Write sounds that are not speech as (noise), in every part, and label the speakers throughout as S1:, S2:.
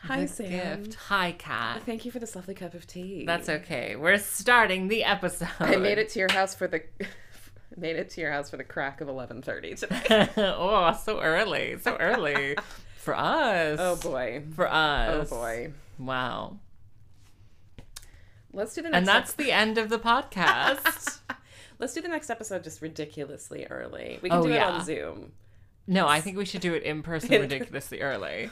S1: Hi,
S2: the
S1: Sam. Oh,
S2: gift. Hi, Kat.
S1: Thank you for this lovely cup of tea.
S2: That's okay. We're starting the episode.
S1: I made it to your house for the (laughs) made it to your house for the crack of eleven thirty today.
S2: (laughs) oh, so early. So early. For us.
S1: (laughs) Oh boy.
S2: For
S1: Oh
S2: us.
S1: boy.
S2: Wow.
S1: Let's do the next.
S2: And that's the end of the podcast.
S1: (laughs) ep- let's do the next episode just ridiculously early. We can
S2: Oh,
S1: do it
S2: yeah.
S1: on Zoom.
S2: no, I think we should do it in person
S1: (laughs)
S2: ridiculously early.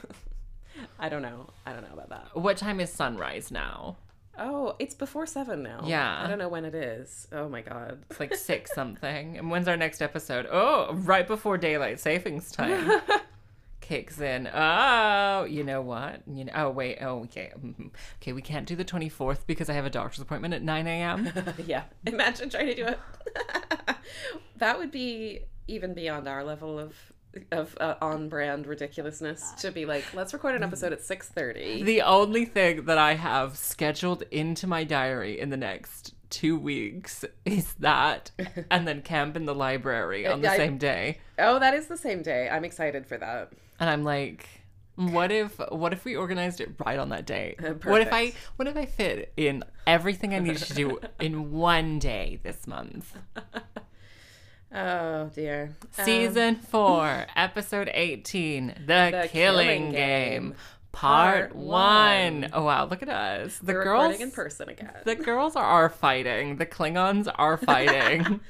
S1: I don't know. I don't know about that.
S2: What time is sunrise now?
S1: Oh, it's before seven now.
S2: Yeah.
S1: I don't know when it is. Oh my god.
S2: It's like six something. And when's our next episode? Oh, right before daylight savings time kicks in. Oh, you know what? You know. Oh wait. Oh okay. Mhm. Okay, we can't do the twenty fourth because I have a doctor's appointment at nine a.m.
S1: (laughs) yeah. Imagine trying to do it. (laughs) that would be even beyond our level of of uh, on brand ridiculousness to be like, let's record an episode at six thirty.
S2: Uh, mm. the only thing that I have scheduled into my diary in the next two weeks is that, and then camp in the library on the
S1: I-
S2: same day.
S1: Oh, that is the same day. I'm excited for that.
S2: and I'm like, what if what if we organized it right on that day? What if I
S1: Uh, perfect.
S2: what if I fit in everything I needed
S1: (laughs)
S2: to do in one day this month?
S1: Oh dear. Um,
S2: Season four, episode eighteen, the,
S1: The
S2: killing,
S1: Killing
S2: game,
S1: Game,
S2: part,
S1: part
S2: one.
S1: one.
S2: Oh wow, look at us. The
S1: we're
S2: girls
S1: recording in person again. (laughs)
S2: the girls are fighting. The Klingons are fighting.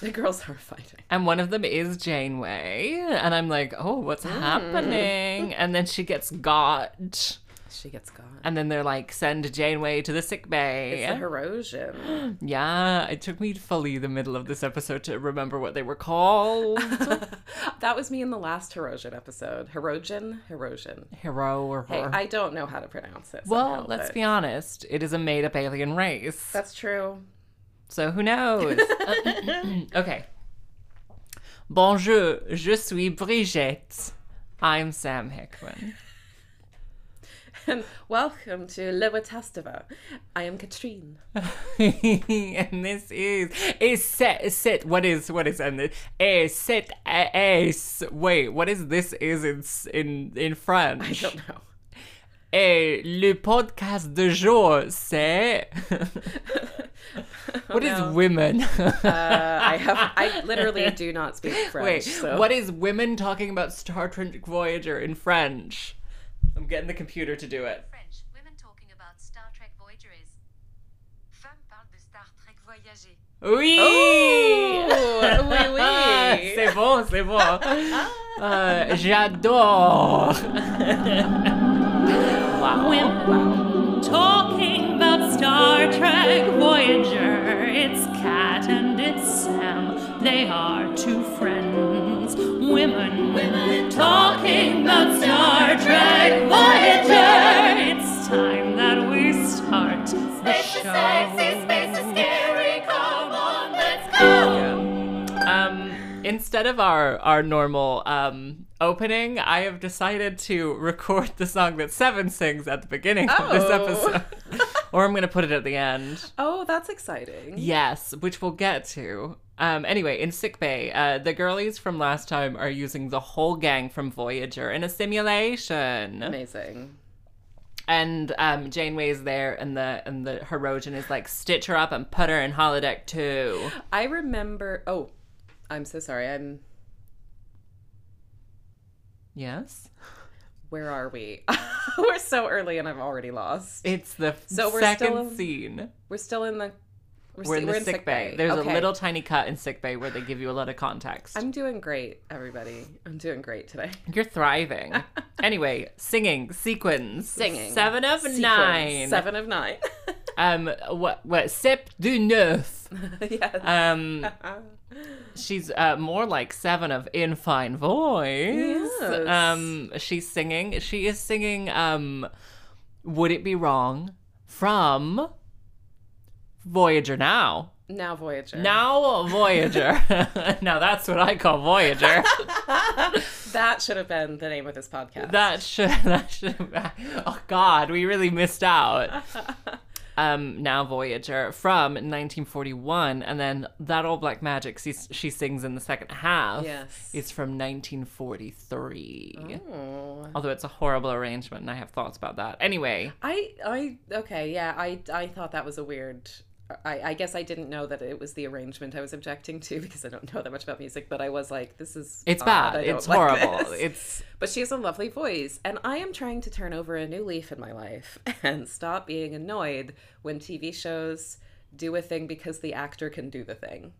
S1: the girls are fighting.
S2: And one of them is Janeway. And I'm like, oh, what's
S1: Mm.
S2: happening? And then she gets got.
S1: She gets gone.
S2: And then they're like, send Janeway to the sick bay.
S1: It's the
S2: (laughs)
S1: Herosian.
S2: yeah, it took me fully the middle of this episode to remember what they
S1: (laughs)
S2: were
S1: (laughs)
S2: called.
S1: that was me in the last Herosian episode. Herosian? Herosian.
S2: Hero or
S1: Hey,
S2: her.
S1: I don't know how to pronounce it.
S2: well,
S1: somehow,
S2: let's
S1: but
S2: be honest. It is a made up alien race.
S1: That's true.
S2: So
S1: (laughs)
S2: who knows? (clears throat) okay. Bonjour, je suis Brigitte. I'm Sam Hickman.
S1: And welcome to Lewatastava. I am Katrine.
S2: (laughs) and this is is set set what is what is and is set is wait what is this is in s- in in
S1: I
S2: French
S1: don't know.
S2: et le podcast de jour
S1: (laughs)
S2: c'est what is
S1: no.
S2: women
S1: Uh, I have. I literally do not speak French.
S2: (laughs) wait
S1: so.
S2: what is women talking about Star Trek Voyager in French I'm getting the computer to do it
S3: French women talking about Star Trek Voyager is. Femmes parlent de Star Trek Voyager.
S2: oui
S1: Oh! oui, oui.
S2: c'est bon c'est bon Euh, j'adore
S4: Talking about Star Trek Voyager, it's Cat and it's Sam. They are two friends, women. Talking about Star Trek Voyager, it's time that we start the show.
S2: Um, instead of our our normal um, opening, I have decided to record the song that Seven sings at the beginning of this
S1: Oh. (laughs)
S2: episode, or I'm going to put it at the end.
S1: Oh, that's exciting.
S2: Yes, which we'll get to. Um, anyway, in sick bay, uh, the girlies from last time are using the whole gang from Voyager in a simulation.
S1: Amazing.
S2: and um, Janeway is there, and the and the Herodian is like, stitch her up and put her in holodeck too.
S1: I remember. Oh, I'm so sorry. I'm.
S2: Yes,
S1: Where are we? (laughs) we're so early, and I'm already lost.
S2: it's the
S1: So we're
S2: second
S1: still-
S2: scene.
S1: We're still in the.
S2: We're
S1: sti-
S2: in the sick, bay. There's
S1: Okay.
S2: a little tiny cut in sick bay where they give you a lot of context.
S1: I'm doing great, everybody. I'm doing great
S2: (laughs)
S1: today.
S2: You're thriving.
S1: (laughs)
S2: anyway, singing sequins,
S1: Singing.
S2: seven of
S1: Sequence.
S2: nine,
S1: Seven of nine. (laughs)
S2: um, what what sept du neuf.
S1: yes. (laughs)
S2: Um,
S1: Uh,
S2: she's uh, more like seven of in fine voice.
S1: Yes.
S2: Um, she's singing. She is singing. Um, would it be wrong from Voyager now?
S1: now Voyager.
S2: Now Voyager. (laughs) now that's what I call
S1: (laughs)
S2: Voyager.
S1: That should have been the name of this podcast. (laughs)
S2: (laughs) that should. That should. Oh God, we really missed out. um, now Voyager, from 1941, and then that all black magic she, she sings in the second half
S1: Yes.
S2: is from 1943.
S1: Oh.
S2: Although it's a horrible arrangement, and I have thoughts about that. Anyway,
S1: I I okay yeah I I thought that was a weird. I, I guess I didn't know that it was the arrangement I was objecting to (laughs) because I don't know that much about music, but I was like, this is
S2: it's
S1: odd.
S2: bad.
S1: I don't
S2: It's
S1: like
S2: horrible.
S1: this.
S2: It's
S1: But she has a lovely voice, and I am trying to turn over a new leaf in my life (laughs) and stop being annoyed when TV shows do a thing because the actor can do the thing.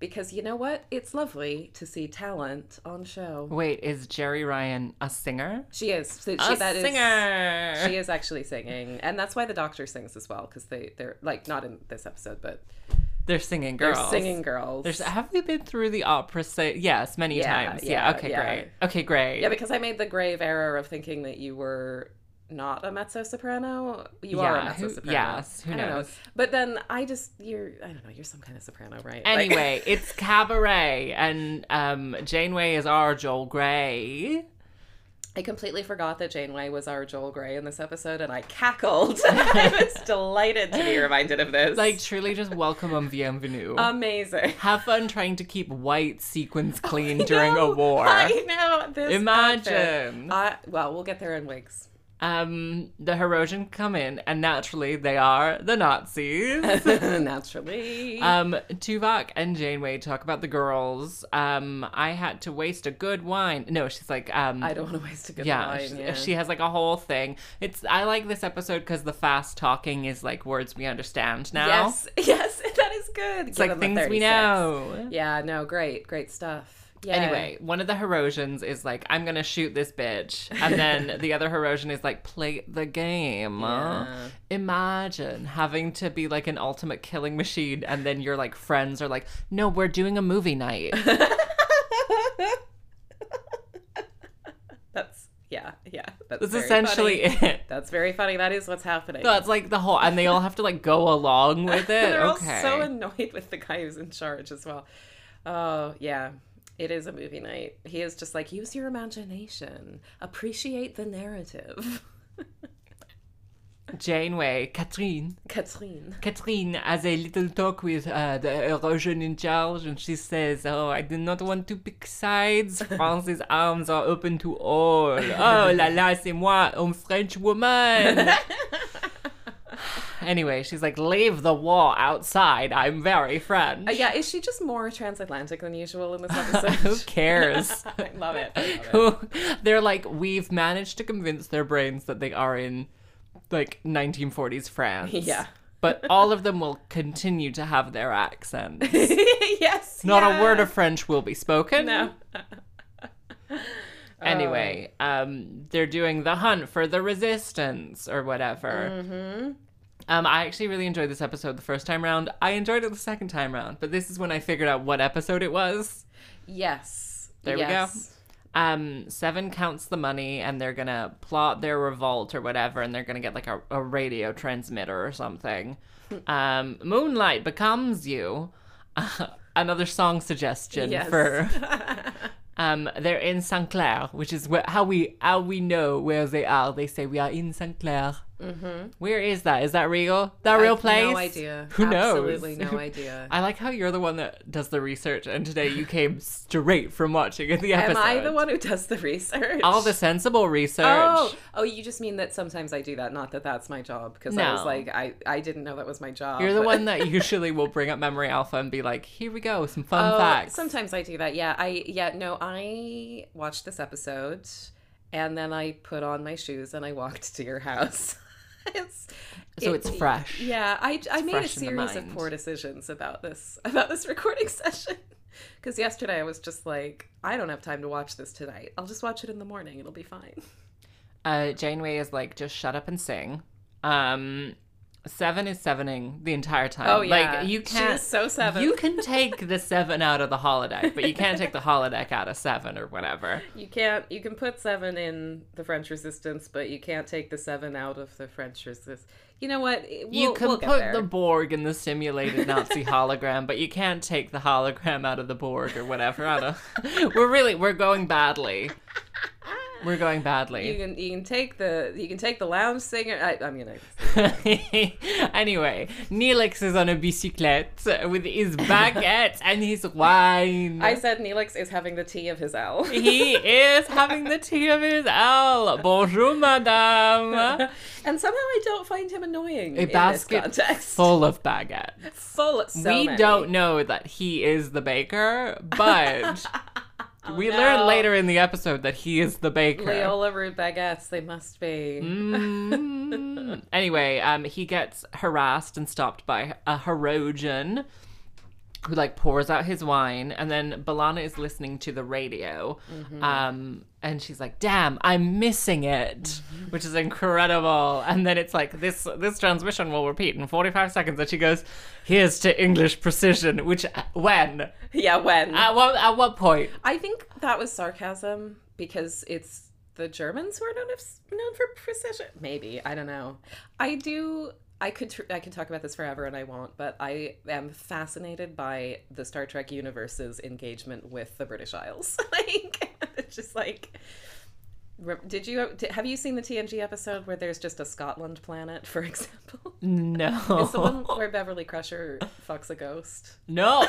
S1: Because you know what? It's lovely to see talent on show.
S2: wait, is Jerry Ryan a singer?
S1: She is. So She,
S2: a
S1: that is-
S2: singer. (laughs)
S1: she is actually singing, and that's why the doctor sings as well because they they're like not in this episode, but
S2: They're singing
S1: they're
S2: girls.
S1: singing girls.
S2: There's, have we been through the opera? Say, yes, many
S1: Yeah,
S2: times. Yeah.
S1: yeah,
S2: Okay.
S1: yeah.
S2: Great. Okay. Great.
S1: yeah, because I made the grave error of thinking that you were not a mezzo soprano. You are a
S2: Yeah, who-
S1: mezzo soprano.
S2: yes, who
S1: I don't know.
S2: knows?
S1: But then I just you're I don't know. You're some kind of soprano, right? Like- (laughs)
S2: Anyway, it's cabaret, and um, Janeway is our Joel Grey.
S1: I completely forgot that Janeway was our Joel Grey in this episode, and I
S2: (laughs)
S1: cackled. (laughs) I was delighted to be reminded of this.
S2: Like truly, just welcome and bienvenue.
S1: Um, amazing.
S2: Have fun trying to keep white sequins
S1: (laughs)
S2: clean during a
S1: No,
S2: war.
S1: I know this.
S2: Imagine.
S1: outfit. I, well, we'll get there in wigs.
S2: Um, the Herosian come in, and naturally, they are
S1: (laughs)
S2: the Nazis.
S1: Naturally.
S2: Um, Tuvok and Janeway talk about the girls. Um, I had to waste a good wine. No, she's like, um,
S1: I don't want to waste a good
S2: yeah,
S1: line.
S2: she,
S1: yeah.
S2: she has like a whole thing. It's I like this episode because the fast talking is like words we understand now.
S1: Yes, (laughs) yes, that is good.
S2: it's like things we know.
S1: Yeah, no, great, great stuff. Yeah.
S2: Anyway, one of the Herosians is like, I'm gonna shoot this bitch. And
S1: (laughs)
S2: then the other Herosian is like, play the game. huh?
S1: Yeah.
S2: Imagine having to be like an ultimate killing machine, and then your like friends are like, No, we're doing a
S1: (laughs)
S2: movie
S1: (laughs)
S2: night.
S1: that's yeah, yeah. That's,
S2: That's
S1: very
S2: essentially
S1: funny.
S2: it.
S1: That's very funny. That is what's happening.
S2: That's like the whole, and they all have to like go along with
S1: (laughs)
S2: it.
S1: They're
S2: okay.
S1: all so annoyed with the guy who's in charge as well. Oh yeah. It is a movie night. He is just like, use your imagination. Appreciate the narrative. (laughs)
S2: Janeway, Catherine,
S1: Katrine.
S2: Catherine has a little talk with uh, the Erosion in charge, and she says, "Oh, I do not want to pick sides. France's arms are open to all. Oh la la, c'est moi, un French woman." anyway, she's like, "Leave the war outside. I'm very French."
S1: Uh, yeah, is she just more transatlantic than usual in
S2: (laughs)
S1: this
S2: Who
S1: episode?
S2: cares?
S1: I love it. I
S2: (laughs)
S1: love it. (laughs)
S2: who they're like we've managed to convince their brains that they are in like 1940s France.
S1: Yeah.
S2: But all of them will continue to have their accents.
S1: yes.
S2: Not
S1: yeah.
S2: a word of French will be spoken. (laughs)
S1: No. Oh.
S2: Anyway, um, they're doing the hunt for the resistance or whatever. Mm-hmm. Um, I actually really enjoyed this episode the first time round. I enjoyed it the second time round, but this is when I figured out what episode it was.
S1: Yes.
S2: There we go.
S1: yes.
S2: Um, Seven counts the money and they're gonna plot their revolt or whatever, and they're gonna get like a, a radio transmitter or something.
S1: Hmm.
S2: Um, Moonlight becomes you. (laughs) another song suggestion
S1: Yes. (laughs)
S2: for. Um, they're in Saint Clair, which is where, how we how we know where they are. They say we are in Saint Clair. Mm-hmm. is that? Is that real? That real
S1: I've
S2: place?
S1: No idea.
S2: Who
S1: Absolutely
S2: knows? (laughs)
S1: no idea.
S2: I like how you're the one that does the research, and today you came straight from watching the
S1: Am
S2: episode.
S1: I the one who does the research?
S2: All the sensible research.
S1: Oh, oh, you just mean that sometimes I do that, not that that's my job. Because I
S2: No.
S1: was like, I, I didn't know that was my job.
S2: You're the
S1: but- (laughs)
S2: one that usually will bring up Memory Alpha and be like, here we go, some fun
S1: Oh,
S2: facts.
S1: Sometimes I do that. Yeah, I yeah no, I watched this episode, and then I put on my shoes and I walked to your house. (laughs) it's
S2: So it's fresh.
S1: Yeah, I I made a
S2: fresh in the
S1: series of
S2: mind.
S1: poor decisions about this (laughs) about this recording session. Because yesterday I was just like, I don't have time to watch this tonight. I'll just watch it in the morning. It'll be fine.
S2: Uh, Janeway is like, just shut up and sing. Um, seven is sevening the entire time.
S1: Oh, yeah.
S2: Like, you
S1: She
S2: can't.
S1: is so Seven.
S2: You can take the seven out of the holodeck, but you can't take the holodeck out of seven or whatever.
S1: You can't. You can put seven in the French Resistance, but you can't take the seven out of the French Resistance. You know what? It-
S2: You
S1: we'll-
S2: can
S1: we'll get
S2: put
S1: there.
S2: the Borg in the simulated Nazi hologram, but you can't take the (laughs) hologram out of the Borg or whatever. I don't. we're really we're going badly. We're going
S1: You
S2: badly.
S1: can you can take the you can take the lounge singer. I, I mean, I,
S2: (laughs) anyway, Neelix is on a bicyclette with his baguette and his wine.
S1: I said Neelix is having the tea of his
S2: (laughs)
S1: L.
S2: he is having the tea of his L. Bonjour, madame.
S1: and somehow I don't find him annoying
S2: A
S1: in
S2: basket
S1: this context.
S2: (laughs) full of baguettes.
S1: Full- so
S2: we
S1: many.
S2: don't know that he is the baker,
S1: (laughs)
S2: but we
S1: no.
S2: learn later in the episode that he is the baker.
S1: Leola Rude baguettes. They must be.
S2: Mm. anyway, um, he gets harassed and stopped by a Herodian who like pours out his wine and then Balana is listening to the radio.
S1: Mm-hmm.
S2: Um and she's like, "Damn, I'm missing it,"
S1: Mm-hmm.
S2: which is incredible. And then it's like this this transmission will repeat in 45 seconds and she goes, "Here's to English precision," which uh, when
S1: (laughs) Yeah, when
S2: at what at what point?
S1: I think that was sarcasm because it's the Germans who are known as, known for precision. Maybe I don't know. I do. I could tr- I could talk about this forever and I won't, but I am fascinated by the Star Trek universe's engagement with the British Isles. (laughs) like, it's just like, re- did you did, have you seen the TNG episode where there's just a Scotland planet, for (laughs) example?
S2: No.
S1: It's the one where Beverly Crusher fucks a ghost.
S2: (laughs)
S1: (laughs)
S2: no.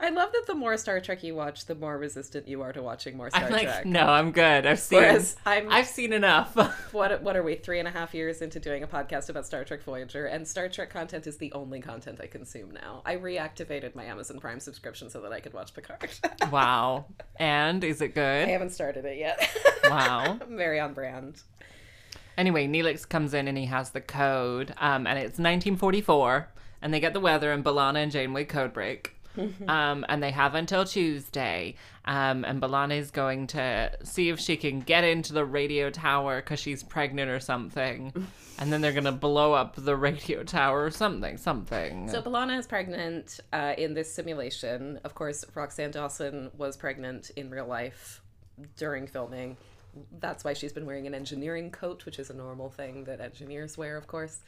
S1: I love that the more Star Trek you watch, the more resistant you are to watching more Star
S2: I'm like,
S1: Trek.
S2: no, I'm good. I've seen.
S1: Whereas I'm,
S2: I've seen enough. (laughs)
S1: what what are we three and a half years into doing a podcast about Star Trek Voyager, and Star Trek content is the only content I consume now. I reactivated my Amazon Prime subscription so that I could watch Picard. (laughs)
S2: wow. And is it
S1: I
S2: good?
S1: haven't started it yet. (laughs)
S2: Wow.
S1: very on brand.
S2: Anyway, Neelix comes in and he has the code, um, and it's 1944, and they get the weather and Balana and Janeway
S1: (laughs)
S2: code break. um, and they have until Tuesday. Um, and Balana is going to see if she can get into the radio tower because she's pregnant or
S1: (laughs)
S2: something. and then they're going to blow up the radio tower or something, something.
S1: So Balana is pregnant uh, in this simulation. Of course, Roxanne Dawson was pregnant in real life during filming. That's why she's been wearing an engineering coat, which is a normal thing that engineers wear, of course.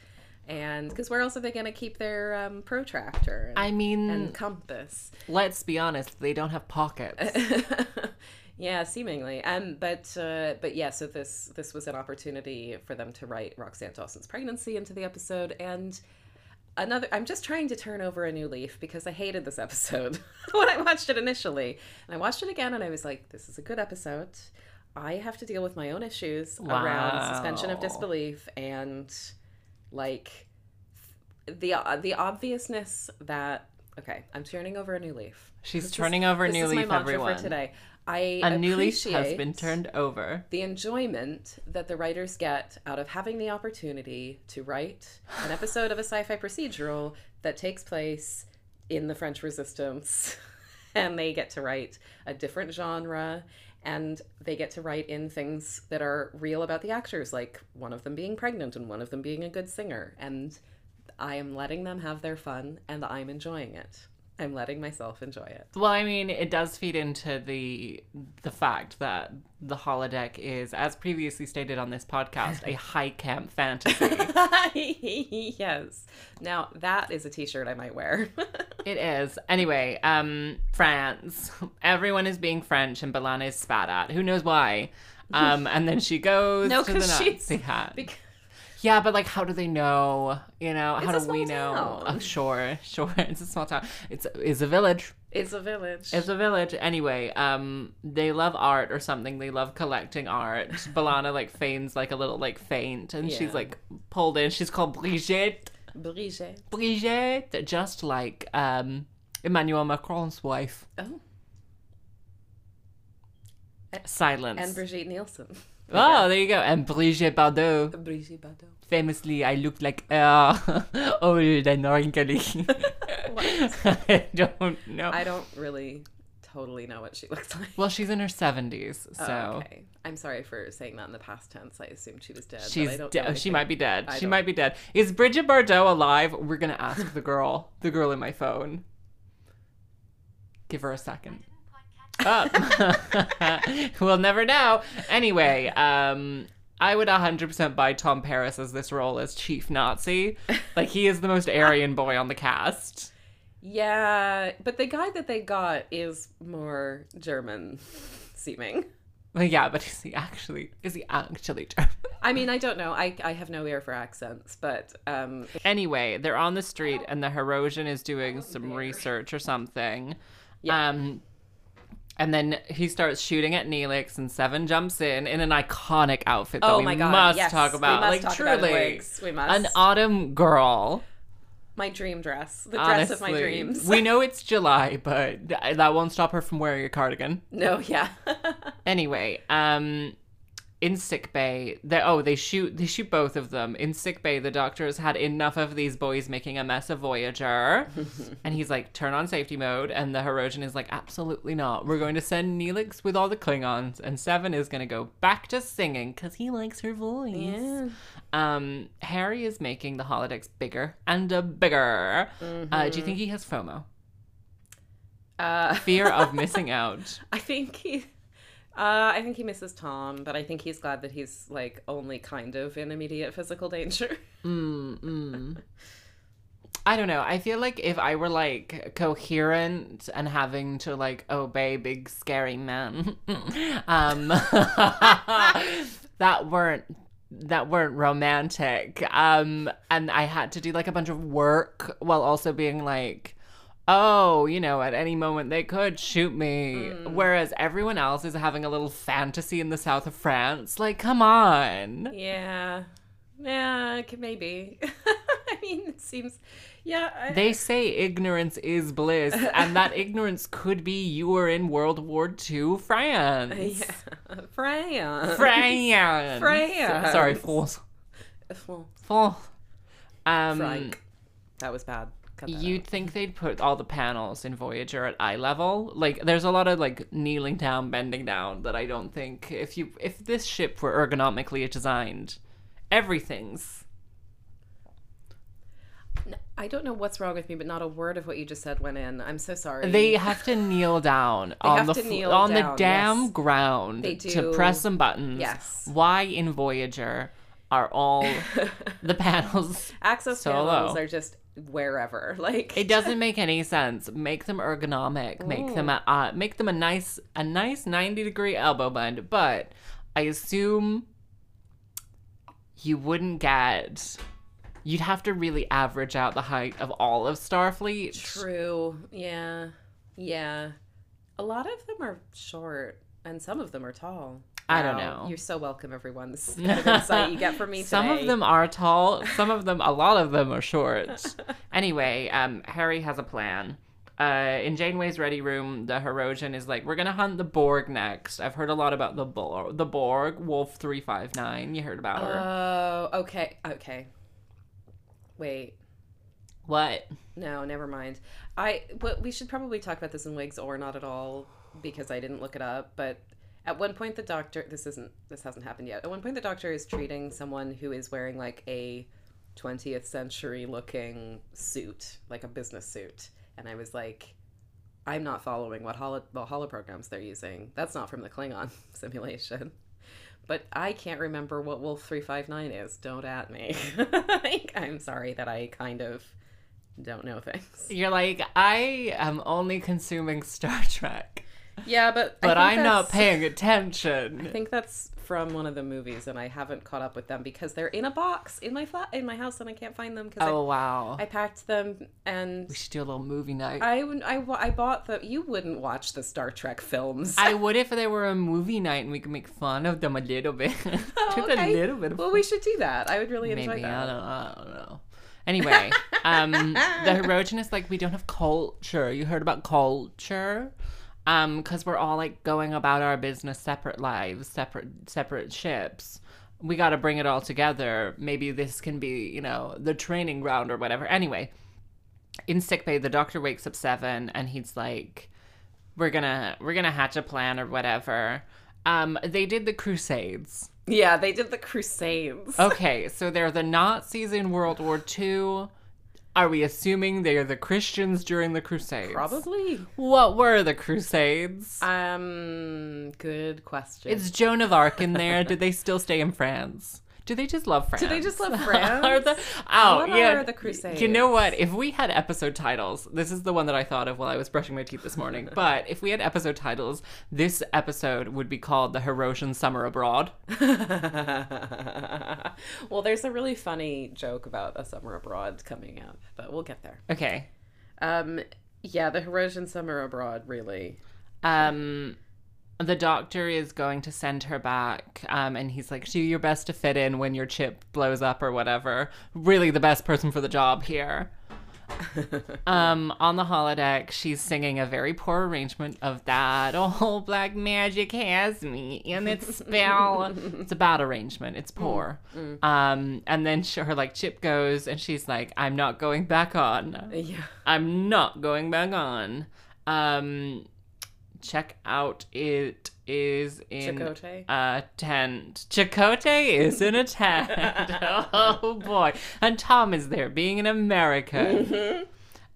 S1: And because where else are they going to keep their um, protractor and,
S2: I mean,
S1: and compass?
S2: let's be honest, they don't have pockets.
S1: (laughs) yeah, seemingly. Um, but uh, but yeah, so this this was an opportunity for them to write Roxanne Dawson's pregnancy into the episode, and another. I'm just trying to turn over a new leaf because I hated this episode (laughs) when I watched it initially, and I watched it again, and I was like, this is a good episode. I have to deal with my own issues around suspension of
S2: Wow.
S1: disbelief and like the the obviousness that okay, I'm turning over a new leaf.
S2: She's
S1: This is-
S2: turning over a
S1: this
S2: new
S1: is
S2: leaf,
S1: my mantra
S2: everyone.
S1: for today. I
S2: A new leaf has
S1: appreciate
S2: been turned over.
S1: The enjoyment that the writers get out of having the opportunity to write an episode of a sci-fi procedural that takes place in the French Resistance, (laughs) and they get to write a different genre. And they get to write in things that are real about the actors, like one of them being pregnant and one of them being a good singer. And I am letting them have their fun and I'm enjoying it. I'm letting myself enjoy it.
S2: Well, I mean, it does feed into the the fact that the holodeck is, as previously stated on this podcast, (laughs) a high camp (laughs) fantasy.
S1: (laughs) yes. Now that is a T-shirt I might wear. (laughs)
S2: it is. Anyway, um, France. Everyone is being French, and Balana is spat at. Who knows why? (laughs) Um, and then she goes
S1: No,
S2: to the
S1: 'cause she's-
S2: Nazi (laughs) hat.
S1: because
S2: Yeah, but like, how do they know? You know, how
S1: It's a
S2: do we
S1: small
S2: know?
S1: town.
S2: Oh, sure, (laughs) sure. It's a small town. It's it's a village.
S1: it's a village.
S2: It's a village. Anyway, um, they love art or something. They love collecting
S1: (laughs)
S2: art. Balana like feigns like a little like faint, and
S1: Yeah.
S2: she's like pulled in. She's called Brigitte.
S1: Brigitte.
S2: Brigitte, just like um, Emmanuel Macron's wife.
S1: Oh,
S2: Silence.
S1: and Brigitte Nielsen.
S2: oh, there you go. And Brigitte Bardot.
S1: Brigitte Bardot.
S2: Famously, I looked like uh, (laughs) oh, her. older than wrinkly.
S1: (laughs)
S2: (laughs) I don't know.
S1: I don't really totally know what she looks (laughs) like.
S2: Well, she's in her seventies, so.
S1: Oh, okay. I'm sorry for saying that in the past tense. I assumed she was dead. but I
S2: She's
S1: don't know
S2: de- oh, she
S1: anything.
S2: might be dead.
S1: I
S2: she
S1: don't-
S2: might be dead. Is Bridget Bardot alive? We're gonna ask the girl. the girl in my phone. Give her a second. Up. (laughs) we'll never know. Anyway, um, I would 100% buy Tom Paris as this role as chief Nazi. Like he is the most Aryan boy on the cast.
S1: Yeah, but the guy that they got is more German. seeming.
S2: Well, yeah, but is he actually is he actually German?
S1: I mean, I don't know. I, I have no ear for accents, but um,
S2: Anyway, they're on the street and the Herosian is doing some research or something.
S1: Yeah.
S2: Um and then he starts shooting at Neelix and Seven jumps in in an iconic outfit that
S1: oh
S2: we
S1: my god,
S2: must
S1: yes,
S2: talk
S1: We
S2: about.
S1: must
S2: like
S1: talk
S2: truly
S1: about it, wigs. we must.
S2: an autumn girl.
S1: my dream dress, the dress
S2: honestly.
S1: of my dreams.
S2: we know it's July, but th- that won't stop her from wearing a cardigan.
S1: (laughs) no, yeah, (laughs)
S2: Anyway, um in sick bay, they oh they shoot they shoot both of them. In sick bay, the doctor has had enough of these boys making a mess of Voyager, and he's like, "Turn on safety mode." And the Herosian is like, "Absolutely not. We're going to send Neelix with all the Klingons, and Seven is going to go back to singing because he likes her voice."
S1: yeah.
S2: Um, Harry is making the holodecks bigger and uh, bigger. Uh, do you think he has FOMO,
S1: Uh, (laughs)
S2: fear of missing out?
S1: I think he. Uh, I think he misses Tom, but I think he's glad that he's like only kind of in immediate physical danger. (laughs)
S2: Mm, mm. I don't know. I feel like if I were like coherent and having to like obey big scary men, (laughs) um, (laughs) that weren't that weren't romantic. Um, and I had to do like a bunch of work while also being like. Oh, you know, at any moment they could shoot me. Whereas everyone else is having a little fantasy in the south of France. Like, come on.
S1: Yeah. Yeah, c- maybe. (laughs) I mean, it seems. Yeah. I,
S2: They say ignorance is bliss, and that ignorance could be you were in World War
S1: (laughs)
S2: II France.
S1: (laughs) yeah. Freya.
S2: France.
S1: France.
S2: Sorry, France.
S1: Well,
S2: France. Um,
S1: Frank. That was bad. Cut that
S2: You'd think they'd put all the panels in Voyager at eye level. Like, there's a lot of like kneeling down, bending down that I don't think if you if this ship were ergonomically designed, everything's
S1: out. I don't know what's wrong with me, but not a word of what you just said went in. I'm so sorry.
S2: They have to kneel down on
S1: have
S2: the
S1: to
S2: fl-
S1: kneel
S2: on
S1: down,
S2: the damn
S1: yes.
S2: ground
S1: They
S2: to
S1: do.
S2: press some buttons.
S1: Yes.
S2: Why in Voyager are
S1: (laughs)
S2: all the panels?
S1: access
S2: Solo.
S1: panels are just wherever. (laughs) Like
S2: It doesn't make any sense. Make them ergonomic. Make
S1: Oh.
S2: them a uh, make them a nice a nice ninety degree elbow bend. But I assume you wouldn't get. You'd have to really average out the height of all of Starfleet.
S1: True. Yeah. Yeah. A lot of them are short, and some of them are tall.
S2: I don't
S1: Wow.
S2: know.
S1: You're so welcome, everyone.
S2: (laughs)
S1: This kind of insight you get from me
S2: Some of
S1: today.
S2: them are tall. Some of them, a lot of them are (laughs) short. anyway, um, Harry has a plan. Uh, in Janeway's ready room, the Herosian is like, "We're gonna hunt the Borg next." I've heard a lot about the Bor- the Borg Wolf three five nine. You heard about her?
S1: Oh, okay. Okay. Wait.
S2: What?
S1: No, never mind. I but we should probably talk about this in wigs or not at all because I didn't look it up, but at one point the doctor this isn't this hasn't happened yet. At one point the doctor is treating someone who is wearing like a 20th century looking suit, like a business suit. And I was like I'm not following what holo, what holo programs they're using. That's not from the Klingon (laughs) simulation. But I can't remember what Wolf 359 is. Don't at me. (laughs) Like, I'm sorry that I kind of don't know things.
S2: You're like, I am only consuming Star (laughs) Trek,
S1: (laughs) Yeah, but
S2: but
S1: I think
S2: I'm not
S1: that's-
S2: paying
S1: I
S2: (laughs) attention.
S1: think that's from one of the movies, and I haven't caught up with them because they're in a box in my flat in my house, and I can't find them because
S2: Oh wow!
S1: I, I packed them and
S2: we should do a little movie night.
S1: I, wouldn't- I wa- I bought the. You wouldn't watch the Star Trek films.
S2: I would if there were a movie night and we could make fun of them a little bit. (laughs) Just
S1: Oh, okay.
S2: a little bit of
S1: well, we should do that. I would really enjoy
S2: Maybe. I
S1: that.
S2: don't, I don't know. Anyway, um, the Herodian is like, we don't have culture. You heard about culture? Um, because we're all like going about our business separate lives, separate separate ships. We got to bring it all together. Maybe this can be, you know, the training ground or whatever. Anyway, in sickbay, the doctor wakes up seven and he's like, "We're gonna we're gonna hatch a plan or whatever." Um, they did the Crusades.
S1: Yeah, they did the Crusades.
S2: (laughs) Okay, so they're the Nazis in World War II. Are we assuming they are the Christians during the Crusades?
S1: Probably.
S2: What were the Crusades?
S1: Um, good question.
S2: it's Joan of Arc in there. Did they still stay in France? Do they just love France?
S1: Do they just love
S2: (laughs) Are
S1: France?
S2: the, oh,
S1: What
S2: yeah.
S1: are the Crusades?
S2: You know what? If we had episode titles, this is the one that I thought of while I was brushing my teeth
S1: (laughs)
S2: this morning. but if we had episode titles, this episode would be called "The Herosian Summer Abroad."
S1: (laughs) well, there's a really funny joke about a summer abroad coming up, but we'll get there.
S2: Okay.
S1: Um, yeah, the Herosian summer abroad, really.
S2: Um, the doctor is going to send her back, um, and he's like, "Do your best to fit in when your chip blows up or whatever." Really, the best person for the job here. um, on the holodeck, she's singing a very poor arrangement of that old black magic has me in its spell. it's a bad arrangement. It's poor. Um, and then she, her like chip goes, and she's like, "I'm not going back on.
S1: Yeah.
S2: I'm not going back on." Um, check out. It is in
S1: Chicote?
S2: a tent. Chicote is in a tent.
S1: (laughs)
S2: oh boy! And Tom is there, being an American.
S1: Mm-hmm.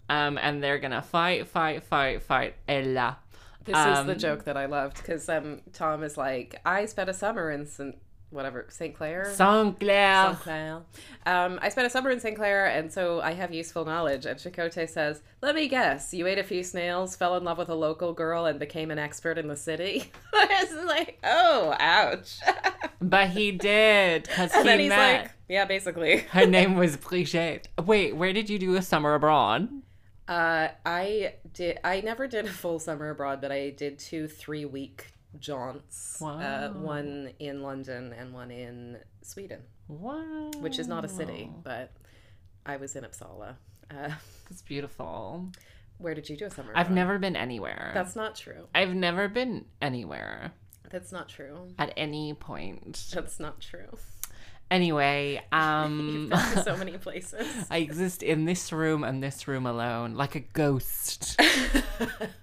S2: Um, and they're gonna fight, fight, fight, fight. Ella.
S1: This is the
S2: Um,
S1: joke that I loved because um, Tom is like, I spent a summer in St. whatever St. Clair.
S2: Saint Clair.
S1: St. Clair. Um, I spent a summer in St. Clair, and so I have useful knowledge. And Chicote says, "Let me guess, you ate a few snails, fell in love with a local girl, and became an expert in the city." (laughs) it's like, oh, ouch. (laughs)
S2: But he did, because he
S1: and then he's
S2: met.
S1: like, yeah, basically.
S2: Her name was Brigitte. Wait, where did you do a summer abroad?
S1: Uh, I did. I never did a full summer abroad, but I did two three-week jaunts. Uh,
S2: Wow.
S1: one in London and one in Sweden.
S2: What?
S1: which is not a city,
S2: Oh.
S1: but I was in Uppsala. Uh, (laughs)
S2: It's beautiful.
S1: where did you do a summer?
S2: I've
S1: abroad?
S2: never been anywhere.
S1: That's not true.
S2: I've never been anywhere
S1: That's not true.
S2: at any point.
S1: That's not true.
S2: Anyway,
S1: You've (laughs)
S2: um,
S1: been to so many places.
S2: (laughs) I exist in this room and this room alone, like a ghost. (laughs)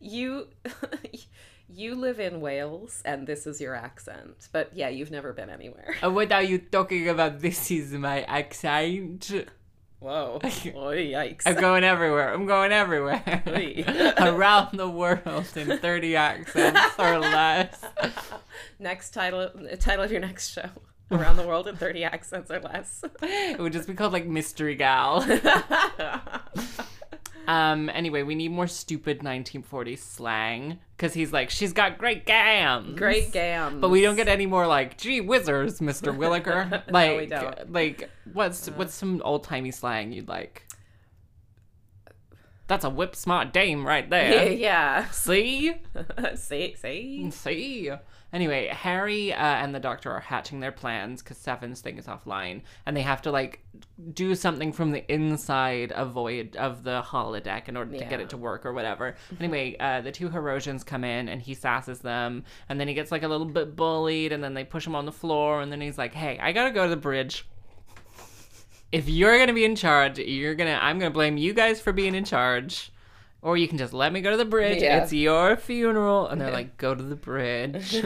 S1: you, (laughs) you live in Wales, and this is your accent. But yeah, you've never been anywhere.
S2: And what are you talking about? This is my accent. (laughs)
S1: Whoa! Oh yikes! (laughs)
S2: I'm going everywhere. I'm going everywhere.
S1: Oy.
S2: (laughs) Around the world in 30 accents or less.
S1: next title, title of your next show: (laughs) Around the World in Thirty Accents or
S2: (laughs)
S1: Less.
S2: It would just be called like Mystery Gal. (laughs) Um. Anyway, we need more stupid 1940s slang because he's like, she's got great gams.
S1: Great gams.
S2: But we don't get any more like, gee whizzers, Mr. Williker.
S1: (laughs) No,
S2: Like,
S1: we don't. Uh.
S2: like what's what's some old timey slang you'd like? That's a whip smart dame right
S1: (laughs)
S2: there.
S1: Yeah.
S2: See?
S1: see, see.
S2: See? Anyway, Harry uh, and the doctor are hatching their plans because Seven's thing is offline and they have to like do something from the inside of void of the holodeck in order to get
S1: Yeah.
S2: it to work or whatever. Anyway, uh, the two Herosians come in and he sasses them and then he gets like a little bit bullied and then they push him on the floor and then he's like, hey, I gotta go to the bridge. If you're gonna be in charge, you're gonna I'm gonna blame you guys for being in charge. Or you can just let me go to the bridge.
S1: Yeah.
S2: It's your funeral. And they're like, go to
S1: (laughs)
S2: the bridge.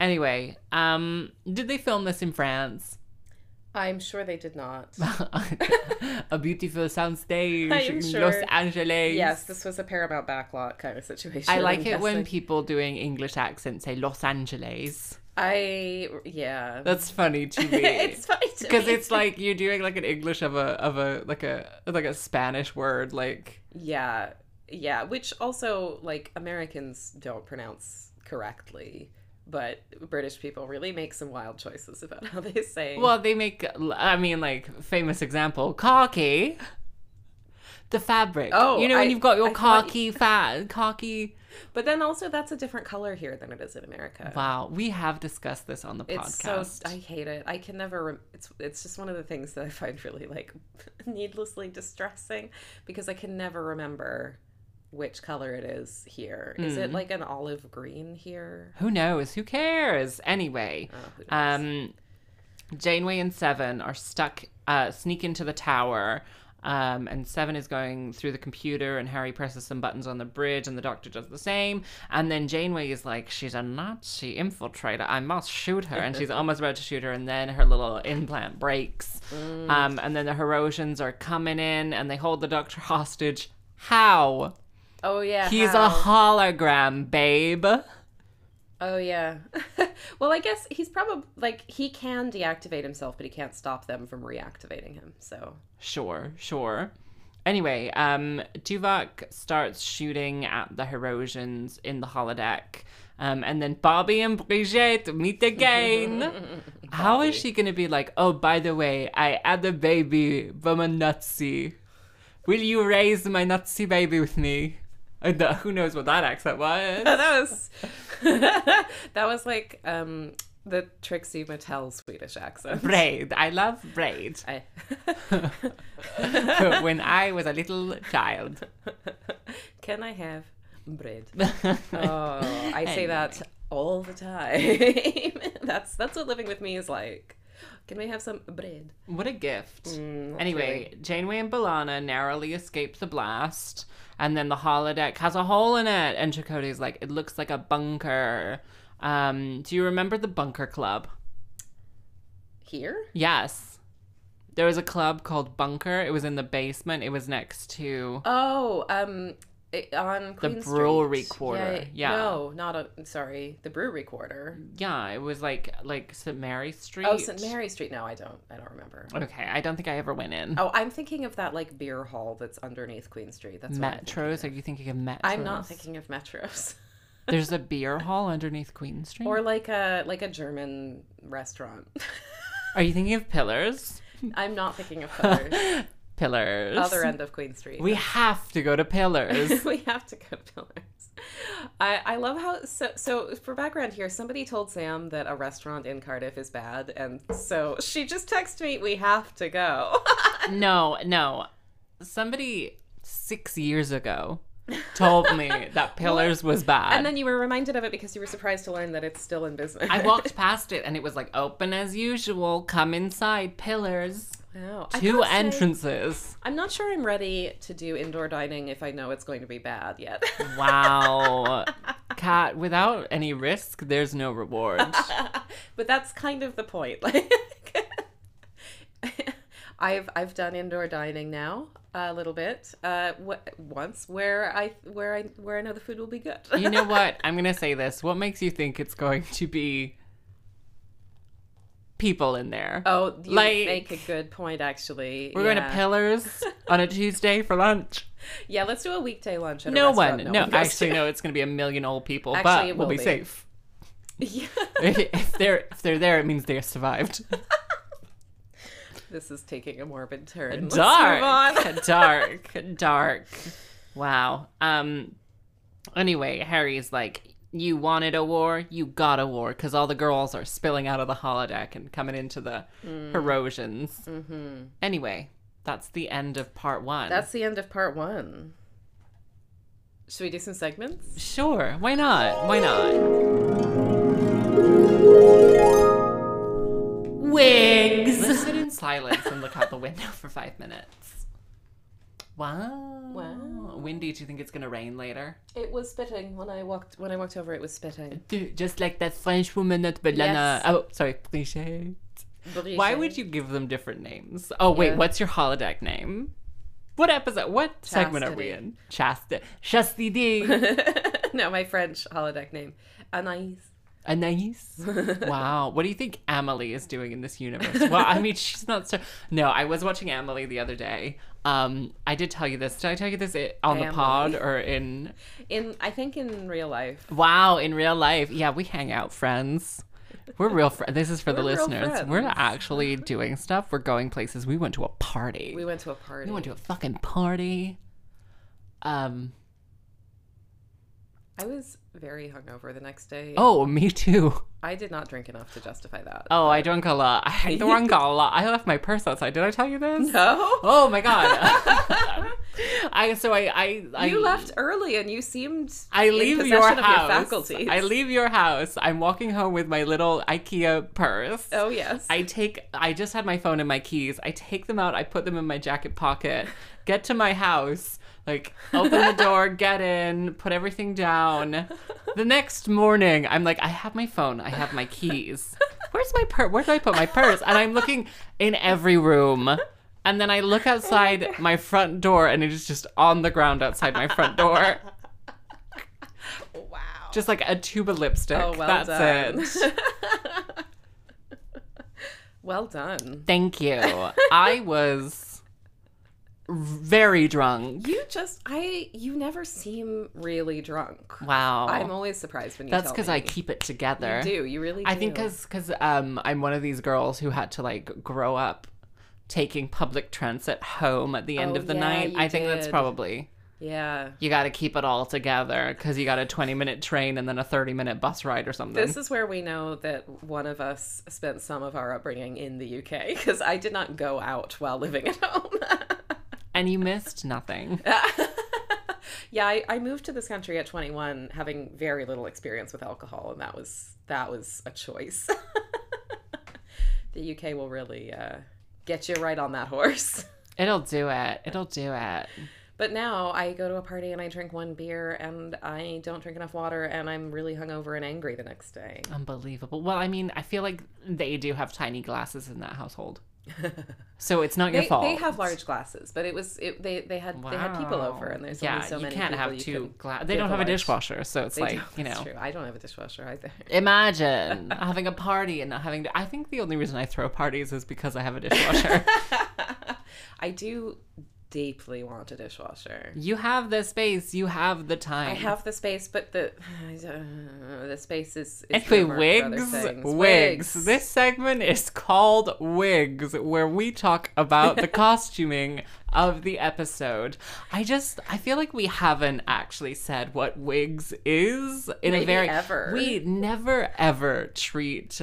S2: anyway, um, did they film this in France? (laughs)
S1: I'm sure they did not.
S2: a beautiful soundstage
S1: I'm
S2: in
S1: sure.
S2: Los Angeles.
S1: yes, this was a Paramount backlot kind of situation.
S2: I like
S1: I'm
S2: it when
S1: guessing.
S2: people doing English accents say Los Angeles.
S1: I yeah. (laughs)
S2: That's funny to me.
S1: it's funny to
S2: because
S1: me.
S2: it's like you're doing like an English of a of a like a like a Spanish word like
S1: yeah, yeah. Which also like Americans don't pronounce correctly, but British people really make some wild choices about (laughs) how they say.
S2: Well, they make, I mean, like, famous example, khaki. The fabric.
S1: Oh,
S2: you know, when
S1: I-
S2: you've got your
S1: I thought
S2: khaki fat, khaki.
S1: but then also that's a different color here than it is in America.
S2: Wow, we have discussed this on the
S1: It's
S2: podcast.
S1: so I hate it. I can never. Rem- it's it's just one of the things that I find really like (laughs) needlessly distressing because I can never remember which color it is here. Is
S2: Mm.
S1: it like an olive green here?
S2: Who knows? Who cares? Anyway,
S1: Oh, who knows?
S2: um, Janeway and Seven are stuck, uh, sneak into the tower. Um, and Seven is going through the computer, and Harry presses some buttons on the bridge, and the doctor does the same. And then Janeway is like, She's a Nazi infiltrator. I must shoot her. And she's almost about to shoot her, and then her little implant breaks. Um, and then the Herosians are coming in, and they hold the doctor hostage. How?
S1: oh yeah,
S2: He's
S1: how?
S2: a hologram, babe.
S1: Oh yeah. (laughs) well, I guess he's probably like he can deactivate himself, but he can't stop them from reactivating him. So (laughs)
S2: Sure, sure. Anyway, um, Tuvok starts shooting at the Herosians in the holodeck. Um, and then Bobby and Brigitte meet again. How is she going to be like, oh, by the way, I had a baby from a Nazi. Will you raise my Nazi baby with me? (laughs) Uh, the- who knows what that
S1: (laughs)
S2: accent was?
S1: that was that was like um the Trixie Mattel Swedish accent.
S2: Braid. I love braid. (laughs)
S1: I...
S2: when I was a little child.
S1: (laughs) Can I have
S2: (laughs)
S1: bread? Oh, I say that all the time. (laughs) that's that's what living with me is like. Can we have some bread?
S2: What a gift.
S1: Mm,
S2: anyway, Janeway and Balana narrowly escape the blast, and then the holodeck has a hole in it, and Chakotay's like, it looks like a bunker. Um, do you remember the bunker club?
S1: Here?
S2: Yes. There was a club called Bunker. It was in the basement. It was next to
S1: Oh, um, it, on Queen
S2: brewery
S1: Street.
S2: quarter, yeah.
S1: No, not a. Sorry, the brewery quarter.
S2: yeah, it was like like St. Mary Street.
S1: Oh, St. Mary Street. No, I don't. I don't remember.
S2: Okay, I don't think I ever went in.
S1: Oh, I'm thinking of that like beer hall that's underneath Queen Street. That's what I'm thinking.
S2: Metros? Are you thinking of metros?
S1: I'm not thinking of metros (laughs)
S2: There's a beer hall underneath Queen Street.
S1: or like a like a German restaurant. (laughs)
S2: Are you thinking of pillars?
S1: I'm not thinking
S2: (laughs)
S1: of colors.
S2: Pillars.
S1: Other end of Queen Street. (laughs)
S2: We have to go to Pillars.
S1: we have to go to Pillars. I, I love how so so for background here, somebody told Sam that a restaurant in Cardiff is bad, and so she just texted me, "We have to go."
S2: (laughs)
S1: (laughs)
S2: no, no. Somebody six years
S1: (laughs)
S2: ago told me that Pillars was bad.
S1: and then you were reminded of it because you were surprised to learn that it's still in business. (laughs)
S2: I walked past it and it was like open as usual. Come inside, Pillars.
S1: Wow. I
S2: Two
S1: gotta say,
S2: entrances.
S1: I'm not sure I'm ready to do indoor dining if I know it's going to be bad yet. (laughs)
S2: Wow. Cat, without any risk, there's no reward.
S1: but that's kind of the point. (laughs) Like, I've I've done indoor dining now a little bit uh, wh- once where I where I where I know the food will be good.
S2: You know what? I'm going to say this. What makes you think it's going to be people in there?
S1: (laughs) oh, you
S2: Like-
S1: make a good point. Actually,
S2: We're going
S1: Yeah.
S2: to Pillars (laughs) on a Tuesday for lunch.
S1: Yeah, let's do a weekday lunch. At a
S2: No
S1: restaurant
S2: one. No,
S1: goes
S2: actually, no. It's going to be a million old people,
S1: Actually,
S2: but
S1: it
S2: we'll
S1: will
S2: be,
S1: be. (laughs)
S2: safe. (laughs)
S1: to. (laughs) Yeah.
S2: if, if they're if they're there, it means
S1: (laughs)
S2: they survived.
S1: this is taking a morbid turn. Let's move on.
S2: (laughs) Dark, dark, dark. Wow. Um. Anyway, Harry's like, "You wanted a war, you got a war," because all the girls are spilling out of the holodeck and coming into the
S1: Mm.
S2: Herosians. Mm-hmm. Anyway, that's the end of part one.
S1: That's the end of part one. Should we do some segments?
S2: Sure, why not? Why not?
S4: Wigs.
S2: Let's sit in silence and look out the window for five minutes. Wow.
S1: Wow.
S2: Windy, do you think it's gonna rain later?
S1: It was spitting when I walked when I walked over. It was spitting.
S2: Just like that French woman at Banana.
S1: Yes.
S2: Oh, sorry, Brigitte. Why would you give them different names? Oh wait,
S1: Yeah.
S2: what's your holodeck name? What episode? What segment are we
S1: Chastity.
S2: in? Chastity. Chastity.
S1: (laughs) no, my French holodeck name, Anais.
S2: Anais. wow. What do you think Emily is doing in this universe? Well, I mean, (laughs) she's not so. No, I was watching Emily the other day. Um, I did tell you this. Did I tell you this i- on the
S1: Emily.
S2: pod or in?
S1: In I think in real life.
S2: Wow, in real life. Yeah, we hang out, friends. We're real friends. This is for the
S1: We're real
S2: listeners. We're
S1: friends.
S2: actually doing stuff. We're going places. We went to a party.
S1: We went to a party.
S2: We went to a fucking party. Um.
S1: I was very hungover the next day.
S2: Oh, me too.
S1: I did not drink enough to justify that.
S2: Oh, I drank a lot. (laughs)
S1: (laughs)
S2: I had the wrong gala. I left my purse outside. Did I tell you this?
S1: No,
S2: Oh my god. (laughs) I so I I, I
S1: you left early and you seemed
S2: I
S1: in
S2: leave
S1: possession
S2: your house.
S1: of your faculties.
S2: I leave your house. I'm walking home with my little IKEA purse.
S1: Oh yes.
S2: I take I just had my phone and my keys. I take them out, I put them in my jacket pocket, get to my house, like open the
S1: (laughs)
S2: door, get in, put everything down. The next morning, I'm like, I have my phone, I have my keys. Where's my purse? Where do I put my purse? And I'm looking in every room. And then I look outside my front door and it is just on the ground outside my front door.
S1: Oh, wow.
S2: Just like a tube of lipstick.
S1: Oh, well
S2: That's
S1: done. (laughs)
S2: it. (laughs)
S1: well done.
S2: Thank you. I was very drunk.
S1: You just I you never seem really drunk.
S2: Wow.
S1: I'm always surprised when you
S2: That's
S1: tell
S2: because
S1: me.
S2: I keep it together.
S1: You do. You really do.
S2: I think because um, I'm one of these girls who had to like grow up taking public transit home at the end
S1: Oh,
S2: of the
S1: yeah,
S2: night.
S1: you
S2: I think that's
S1: did.
S2: probably
S1: Yeah.
S2: you got to keep it all together because you got a 20 minute train and then a 30 minute bus ride or something.
S1: This is where we know that one of us spent some of our upbringing in the UK because I did not go out while living at (laughs) home.
S2: and you missed
S1: (laughs)
S2: nothing.
S1: yeah, I, I moved to this country at 21, having very little experience with alcohol, and that was that was a choice. (laughs) the UK will really uh, get you right on that horse.
S2: It'll do it. It'll do it.
S1: But now I go to a party and I drink one beer and I don't drink enough water and I'm really hungover and angry the next day.
S2: Unbelievable. Well, I mean, I feel like they do have tiny glasses in that
S1: (laughs)
S2: household. So it's not your
S1: They,
S2: fault.
S1: they have large glasses, but it was it, they they had they had people over
S2: Wow.
S1: and there's
S2: yeah,
S1: only so
S2: you
S1: many
S2: can't
S1: people
S2: have
S1: you
S2: two
S1: can
S2: glasses. They
S1: give
S2: don't
S1: a
S2: have a
S1: large-
S2: dishwasher, so it's
S1: They
S2: like
S1: don't-
S2: you
S1: that's
S2: know.
S1: true. I don't have a dishwasher
S2: (laughs)
S1: either. (laughs)
S2: Imagine having a party and not having to. I think the only reason I throw parties is because I have
S1: (laughs)
S2: a dishwasher.
S1: I do deeply want a dishwasher.
S2: you have the space, you have the time.
S1: I have the space, but the (sighs) the space is, is
S2: Anyway,
S1: earmarked for
S2: wigs,
S1: other things.
S2: wigs. This segment is called Wigs, where we talk
S1: (laughs)
S2: about the costuming of the episode. I just, I feel like we haven't actually said what wigs is in a
S1: Maybe
S2: very.
S1: ever.
S2: We never ever treat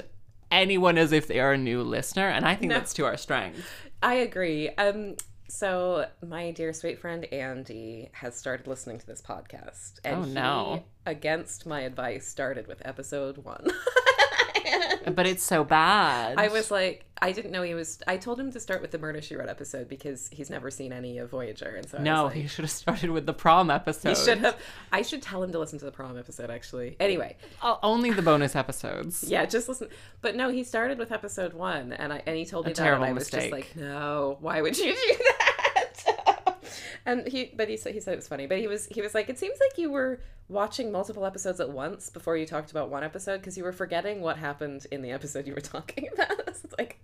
S2: anyone as if they are a new listener, and I think that's to our
S1: (laughs)
S2: strength.
S1: I agree. Um, so my dear sweet friend Andy has started listening to this podcast, and
S2: Oh, no.
S1: he, against my advice, started with episode one. (laughs)
S2: But it's so bad.
S1: I was like, I didn't know he was. I told him to start with the Murder She Wrote episode because he's never seen any of Voyager, and so I
S2: No,
S1: was like,
S2: he should have started with the prom episode.
S1: he should have. I should tell him to listen to the prom episode. Actually, anyway,
S2: O- Only the bonus episodes.
S1: yeah, just listen. But no, he started with episode one, and I and he told me that,
S2: terrible
S1: and I was
S2: mistake.
S1: just like, no, why would you do that? (laughs) and he, but he said he said it was funny, but he was he was like, it seems like you were watching multiple episodes at once before you talked about one episode because you were forgetting what happened in the episode you were (laughs) talking about. it's like.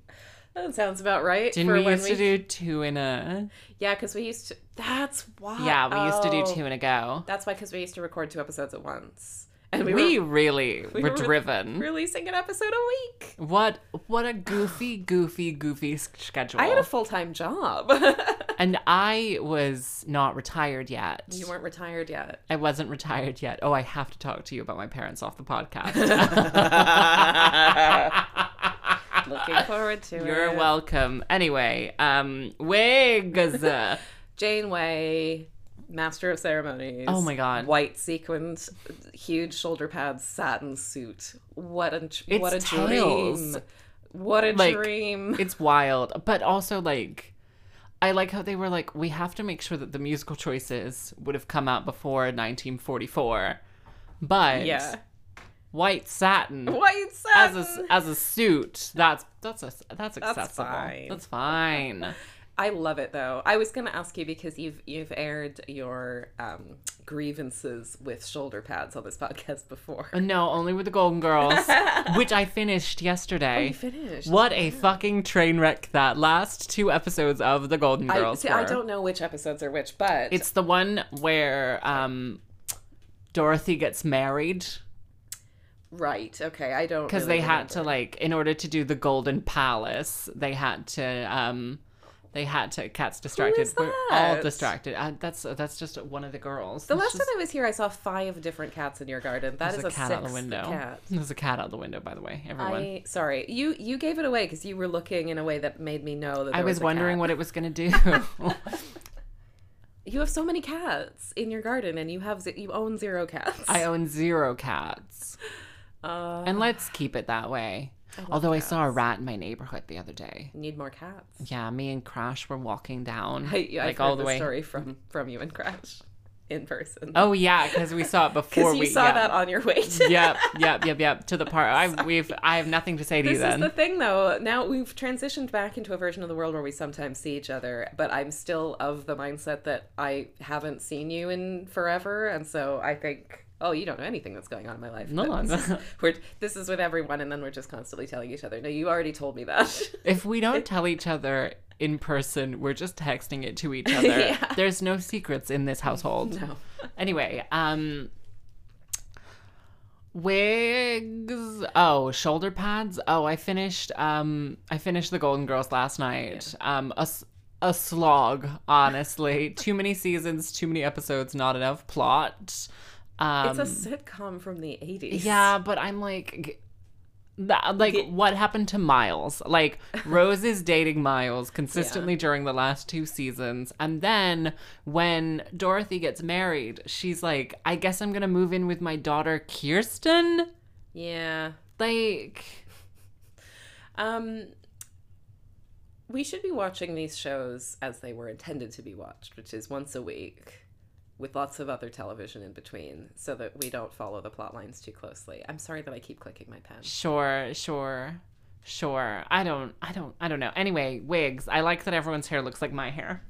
S1: That sounds about right.
S2: Didn't
S1: for
S2: we
S1: when
S2: used to do two in a?
S1: Yeah, because we used to. That's why.
S2: Yeah, we used to do
S1: Oh.
S2: two in a go.
S1: That's why, because we used to record two episodes at once, and we,
S2: We,
S1: were (laughs)
S2: really were,
S1: were-
S2: driven.
S1: releasing an episode a week.
S2: What what a goofy, goofy, goofy s- schedule.
S1: I had a full time job. (laughs)
S2: and I was not retired yet.
S1: you weren't retired
S2: (laughs)
S1: yet.
S2: I wasn't retired yet. Oh, I have to talk to you about my parents off the
S1: (laughs)
S2: podcast.
S1: Looking forward to it.
S2: You're welcome. Anyway, um, wigs.
S1: (laughs) Janeway, master of ceremonies.
S2: Oh my God.
S1: White sequined, huge shoulder pads, satin suit. What a
S2: It's
S1: what a
S2: tails.
S1: dream. What a
S2: Like,
S1: dream.
S2: it's wild, but also like. I like how they were like, we have to make sure that the musical choices would have come out before 1944, but
S1: yeah.
S2: white
S1: (laughs)
S2: satin
S1: White
S2: as
S1: satin.
S2: a as a suit. That's that's a that's accessible.
S1: fine.
S2: That's fine.
S1: I love it though. I was going to ask you because you've you've aired your um, grievances with shoulder pads on this podcast (laughs) before.
S2: Uh, No, only with the
S1: (laughs)
S2: Golden Girls, which I finished yesterday.
S1: We Oh, finished.
S2: What a fucking train wreck that last two episodes of the Golden
S1: I,
S2: Girls
S1: see, I
S2: were.
S1: don't know which episodes are which, but
S2: It's the one where um, Dorothy gets married
S1: right. Okay, I don't
S2: because
S1: really
S2: they had to
S1: remember.
S2: like in order to do the Golden Palace, they had to um, they had to. Cat's distracted.
S1: is
S2: We're all
S1: that?
S2: distracted. Uh, that's that's just one of the girls.
S1: The last time I was here, I saw five different cats in your garden. That is
S2: There's a, cat out the
S1: sixth
S2: window.
S1: Cat.
S2: There's a cat out the window, by the way, everyone. I,
S1: I sorry you you gave it away because you were looking in a way that made me know that there
S2: was,
S1: was a
S2: wondering
S1: cat.
S2: what it was going
S1: (laughs)
S2: to do.
S1: you have so many cats in your garden and you have ze- you own zero cats.
S2: I own zero cats.
S1: uh,
S2: And let's keep it that way. Although I saw a rat in my neighborhood the other day.
S1: need more cats.
S2: Yeah, me and Crash were walking down
S1: I, I've
S2: like
S1: heard
S2: all the
S1: this
S2: way.
S1: story from from you and Crash in person.
S2: Oh yeah, because
S1: (laughs)
S2: we saw it before
S1: because you
S2: we
S1: saw
S2: yeah.
S1: that on your way to.
S2: yep, yep, yep, yep. To the part I we've I have nothing to say to you
S1: (laughs) This
S2: then.
S1: is the thing, though. Now we've transitioned back into a version of the world where we sometimes see each other, but I'm still of the mindset that I haven't seen you in forever, and so I think oh, you don't know anything that's going on in my life.
S2: No,
S1: But
S2: I (laughs)
S1: this is,
S2: don't.
S1: we're, this is with everyone, and then we're just constantly telling each other, no, you already told me that. (laughs)
S2: If we don't tell each other in person, we're just texting it to
S1: (laughs)
S2: each other.
S1: Yeah.
S2: There's no secrets in this household.
S1: no.
S2: Anyway, um wigs oh shoulder pads oh i finished um i finished the golden girls last night um a, s- a slog honestly too many seasons too many episodes not enough plot um
S1: It's a sitcom from the 80s.
S2: yeah, but I'm like, g- that, like what happened to Miles?
S1: (laughs)
S2: Like Rose is dating Miles consistently during the last two seasons, and then when Dorothy gets married, she's like, I guess I'm gonna move in with my daughter Kirsten.
S1: Yeah.
S2: Like,
S1: Um, we should be watching these shows as they were intended to be watched, which is once a week with lots of other television in between so that we don't follow the plot lines too closely. I'm sorry that I keep clicking my pen.
S2: sure, sure. Sure. I don't I don't I don't know. Anyway, wigs. I like that everyone's hair looks like my hair.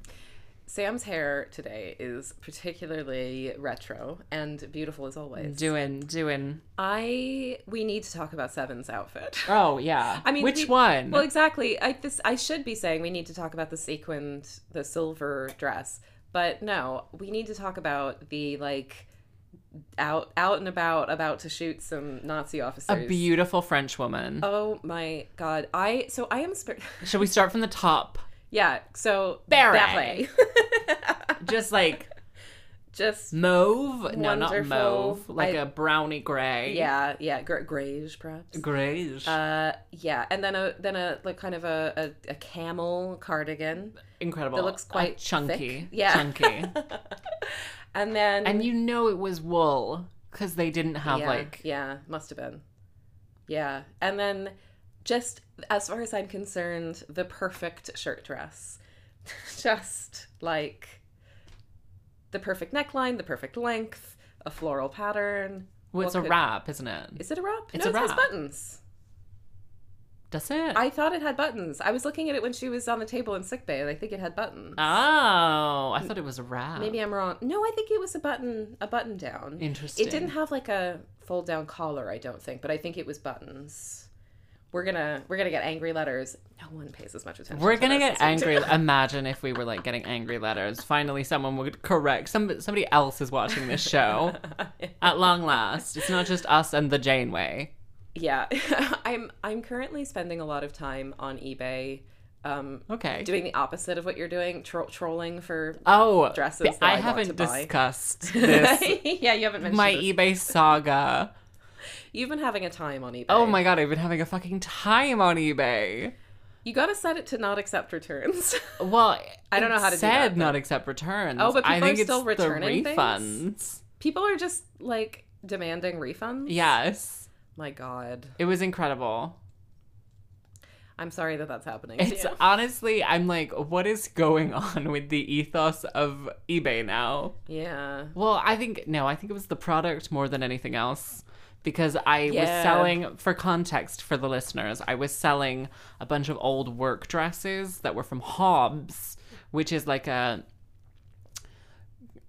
S1: Sam's hair today is particularly retro and beautiful as always.
S2: Doing doing
S1: I we need to talk about Seven's outfit.
S2: Oh yeah.
S1: I mean,
S2: which
S1: we-
S2: one?
S1: Well, exactly. I this I should be saying we need to talk about the sequined, the silver dress, but no, we need to talk about the like out out and about about to shoot some Nazi
S2: a
S1: officers.
S2: beautiful French woman.
S1: oh my god! I so I am sp-
S2: Should we start from the top?
S1: (laughs) yeah. So
S2: Beret.
S1: ballet.
S2: Just like
S1: (laughs) just
S2: mauve? No, not
S1: Wonderful.
S2: mauve. Like
S1: I-
S2: a browny gray.
S1: yeah, yeah, gr- grayish perhaps.
S2: Grayish.
S1: uh, yeah, and then a then a like kind of a a, a camel cardigan. (laughs)
S2: Incredible.
S1: it looks
S2: Uh,
S1: quite
S2: chunky. (laughs)
S1: thick. Yeah. (laughs)
S2: Chunky.
S1: And then
S2: and you know it was wool because they didn't have
S1: yeah,
S2: like.
S1: yeah must have been yeah and then just as far as i'm concerned the perfect shirt dress (laughs) just like the perfect neckline the perfect length a floral pattern
S2: Well, it's
S1: What
S2: a
S1: could-
S2: wrap, isn't it?
S1: is it a wrap
S2: It's
S1: no
S2: a
S1: it has
S2: wrap.
S1: buttons
S2: Does it?
S1: i thought it had buttons i was looking at it when she was on the table in sick bay and i think it had buttons
S2: Ah, Oh, I thought it was a wrap.
S1: maybe i'm wrong no i think it was a button a button down
S2: Interesting.
S1: It didn't have like a fold down collar, I don't think, but I think it was buttons. We're gonna we're gonna get angry letters. No one pays as much attention.
S2: We're
S1: to
S2: gonna
S1: this
S2: get
S1: as we (laughs)
S2: angry.
S1: do.
S2: Imagine if we were like getting angry letters. Finally, someone would correct. Some somebody else is watching
S1: (laughs)
S2: this show. At long last, it's not just us and the Janeway.
S1: Yeah, (laughs) I'm I'm currently spending a lot of time on eBay, um,
S2: Okay.
S1: doing the opposite of what you're doing, tro- trolling for. (laughs)
S2: oh,
S1: dresses that
S2: I
S1: I want to
S2: haven't
S1: buy. (laughs)
S2: discussed this.
S1: yeah, you haven't mentioned
S2: my e-
S1: this.
S2: eBay saga.
S1: You've been having a time on eBay.
S2: Oh my god, I've been having a fucking time on eBay.
S1: You gotta set it to not accept returns. (laughs)
S2: Well,
S1: I don't
S2: it
S1: know how to do
S2: said
S1: that, but-
S2: not accept returns.
S1: Oh, but
S2: I
S1: people
S2: think
S1: are
S2: it's
S1: still
S2: the
S1: returning things?
S2: refunds.
S1: People are just like demanding refunds.
S2: Yes,
S1: My God,
S2: it was incredible.
S1: I'm sorry that that's happening. to
S2: It's
S1: you.
S2: honestly, I'm like, what is going (laughs) on with the ethos of eBay now?
S1: yeah.
S2: Well, I think, no, I think it was the product more than anything else because I was
S1: Yeah.
S2: selling, for context for the listeners, I was selling a bunch of old work dresses that were from Hobbs, which is like a.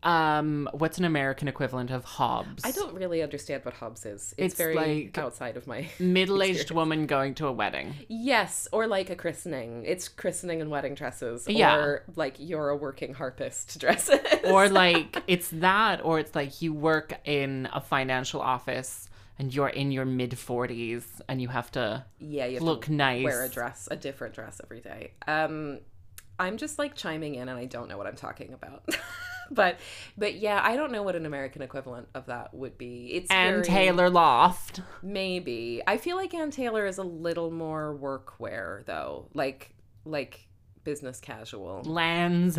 S2: Um, what's an American equivalent of Hobbs?
S1: I don't really understand what Hobbs is. It's,
S2: It's
S1: very
S2: like-
S1: outside of my.
S2: (laughs)
S1: (laughs)
S2: Middle-aged woman going to a wedding.
S1: Yes, or like a christening. It's christening and wedding dresses.
S2: Yeah.
S1: Or like you're a working harpist (laughs) dresses.
S2: or like it's that or it's like you work in a financial office and you're in your mid 40s and you have to
S1: yeah, you have
S2: look
S1: to
S2: nice
S1: wear a dress, a different dress every day. Um, I'm just like chiming in, and I don't know what I'm talking about. (laughs) but, but yeah, I don't know what an American equivalent of that would be. It's
S2: and
S1: very-
S2: Taylor Loft
S1: Maybe. I feel like Ann Taylor is a little more workwear though. Like like business casual.
S2: lands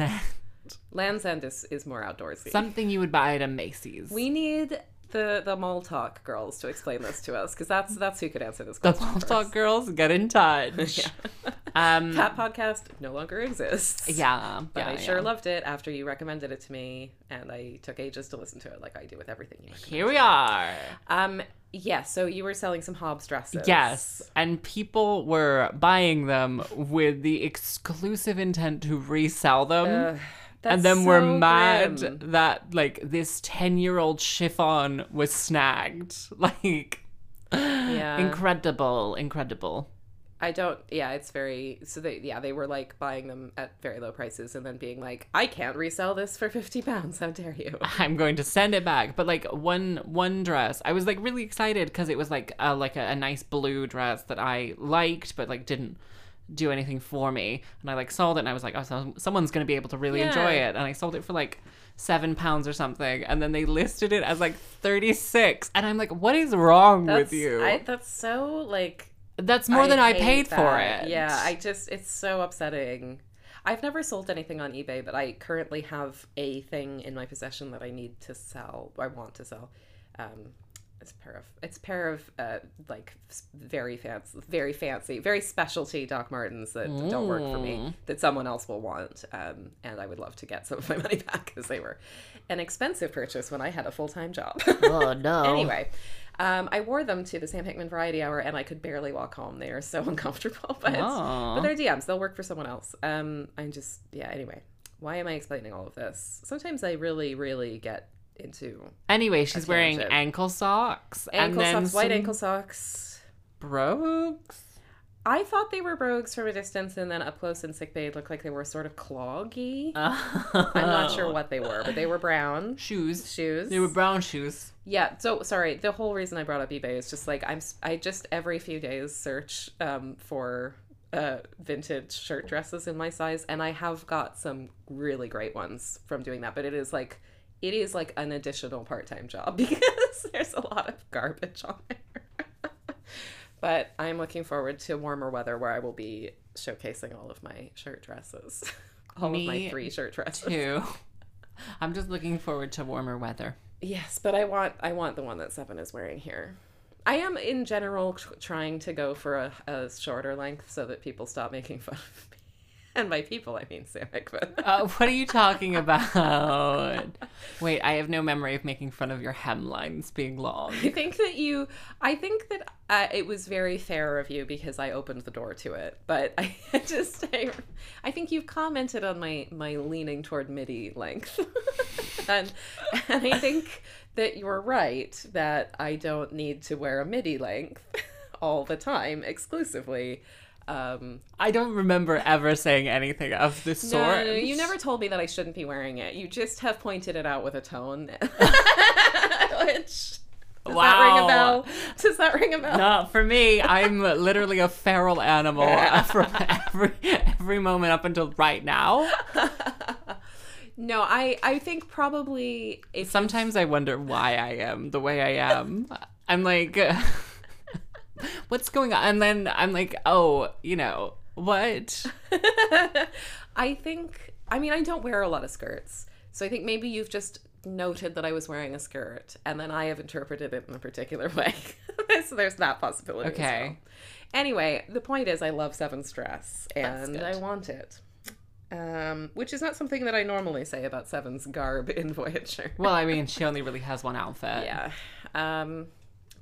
S1: Land's End is, is more outdoorsy.
S2: (laughs) something you would buy at a Macy's.
S1: we need the the mall talk girls to explain this to us because that's that's who could answer this
S2: the
S1: question.
S2: Pop
S1: first.
S2: Talk girls get
S1: (laughs)
S2: in touch. (laughs) Um
S1: That podcast no longer exists.
S2: yeah,
S1: But
S2: yeah,
S1: I sure
S2: yeah.
S1: loved it after you recommended it to me and I took ages to listen to it like I do with everything you recommend.
S2: Here we are.
S1: Um yeah, so you were selling some Hobbs dresses.
S2: Yes, and people were buying them with the exclusive intent to resell them.
S1: Ugh, That's
S2: and then we're
S1: so
S2: mad
S1: grim.
S2: that like this 10 year old chiffon was snagged. (laughs) Like,
S1: Yeah.
S2: incredible, incredible.
S1: I don't. Yeah, it's very. So they, yeah, they were like buying them at very low prices and then being like, I can't resell this for fifty pounds. How dare you?
S2: I'm going to send it back. But like one one dress, I was like really excited because it was like a, like a, a nice blue dress that I liked, but like didn't do anything for me. And I like sold it, and I was like, oh, so someone's gonna be able to really enjoy
S5: Yeah.
S2: it. And I sold it for like seven pounds or something, and then they listed it as like thirty six, and I'm like, what is wrong
S1: That's,
S2: with you?
S1: I, that's so like
S2: That's more than I
S1: hate
S2: paid for
S1: that.
S2: it.
S1: Yeah, I just it's so upsetting. I've never sold anything on eBay, but I currently have a thing in my possession that I need to sell. I want to sell. Um, it's a pair of it's a pair of uh, like s- very fancy, very fancy, very specialty Doc Martens that don't work for
S2: Mm.
S1: me that someone else will want, um, and I would love to get some of my money (laughs) back because they were an expensive purchase when I had a full time job.
S2: (laughs)
S1: (laughs)
S2: oh no.
S1: Anyway, um, I wore them to the Sam Hickman Variety Hour, and I could barely walk home. They are so (laughs) uncomfortable, but
S2: Aw.
S1: but they're DMs. They'll work for someone else. Um, I'm just yeah. Anyway, why am I explaining all of this? Sometimes I really, really get into
S2: Anyway, she's wearing
S1: tangent.
S2: ankle socks and
S1: ankle
S2: then
S1: socks, white
S2: some
S1: ankle socks.
S2: brogues.
S1: I thought they were brogues from a distance, and then up close and sick bay, it looked like they were sort of cloggy. (laughs)
S2: Uh,
S1: I'm not sure what they were, but they were brown
S2: shoes.
S1: shoes.
S2: uh. They were brown shoes.
S1: Yeah, so sorry. The whole reason I brought up eBay is just like I'm. s- I just every few days search um, for uh, vintage shirt dresses in my size, and I have got some really great ones from doing that. But it is like it is like an additional part time job (laughs) because there's a lot of garbage on there. (laughs) but I'm looking forward to warmer weather where I will be showcasing all of my shirt dresses, (laughs) all of my
S2: Me
S1: three shirt dresses.
S2: Two. (laughs) I'm just looking forward to warmer weather.
S1: Yes, but I want I want the one that Seven is wearing here. I am in general tr- trying to go for a, a shorter length so that people stop making fun of me. (laughs) And by people, I mean Sam Hickman.
S2: Uh, what are you talking about?
S1: (laughs)
S2: Wait, I have no memory of making fun of your hemlines being long.
S1: I think that you, I think that uh, it was very fair of you because I opened the door to it. But I (laughs) just, I, I think you've commented on my my leaning toward midi length, (laughs) and and I think that you're right that I don't need to wear a midi length (laughs) all the time exclusively. Um,
S2: I don't remember ever saying anything of this
S1: no, no,
S2: sort.
S1: no, you never told me that I shouldn't be wearing it. You just have pointed it out with a tone, (laughs) which. Does that ring a
S2: Wow.
S1: bell? Does that ring a bell?
S2: (laughs) Not for me. I'm literally a
S1: (laughs)
S2: feral animal (laughs) from every every moment up until right now.
S1: No, I I think probably if
S2: Sometimes I wonder why I am the way I am. I'm like, (laughs) what's going on? And then I'm like, oh, you know, what?
S1: (laughs) I think I mean I don't wear a lot of skirts, so I think maybe you've just noted that I was wearing a skirt, and then I have interpreted it in a particular (laughs) way. so there's that possibility. as
S2: Okay.
S1: well. Anyway, the point is, I love Seven's dress, and
S2: good.
S1: I want it. Um, which is not something that I normally say about Seven's garb (laughs) in Voyager.
S2: Well, I mean, she only really has one outfit.
S1: Yeah. Um,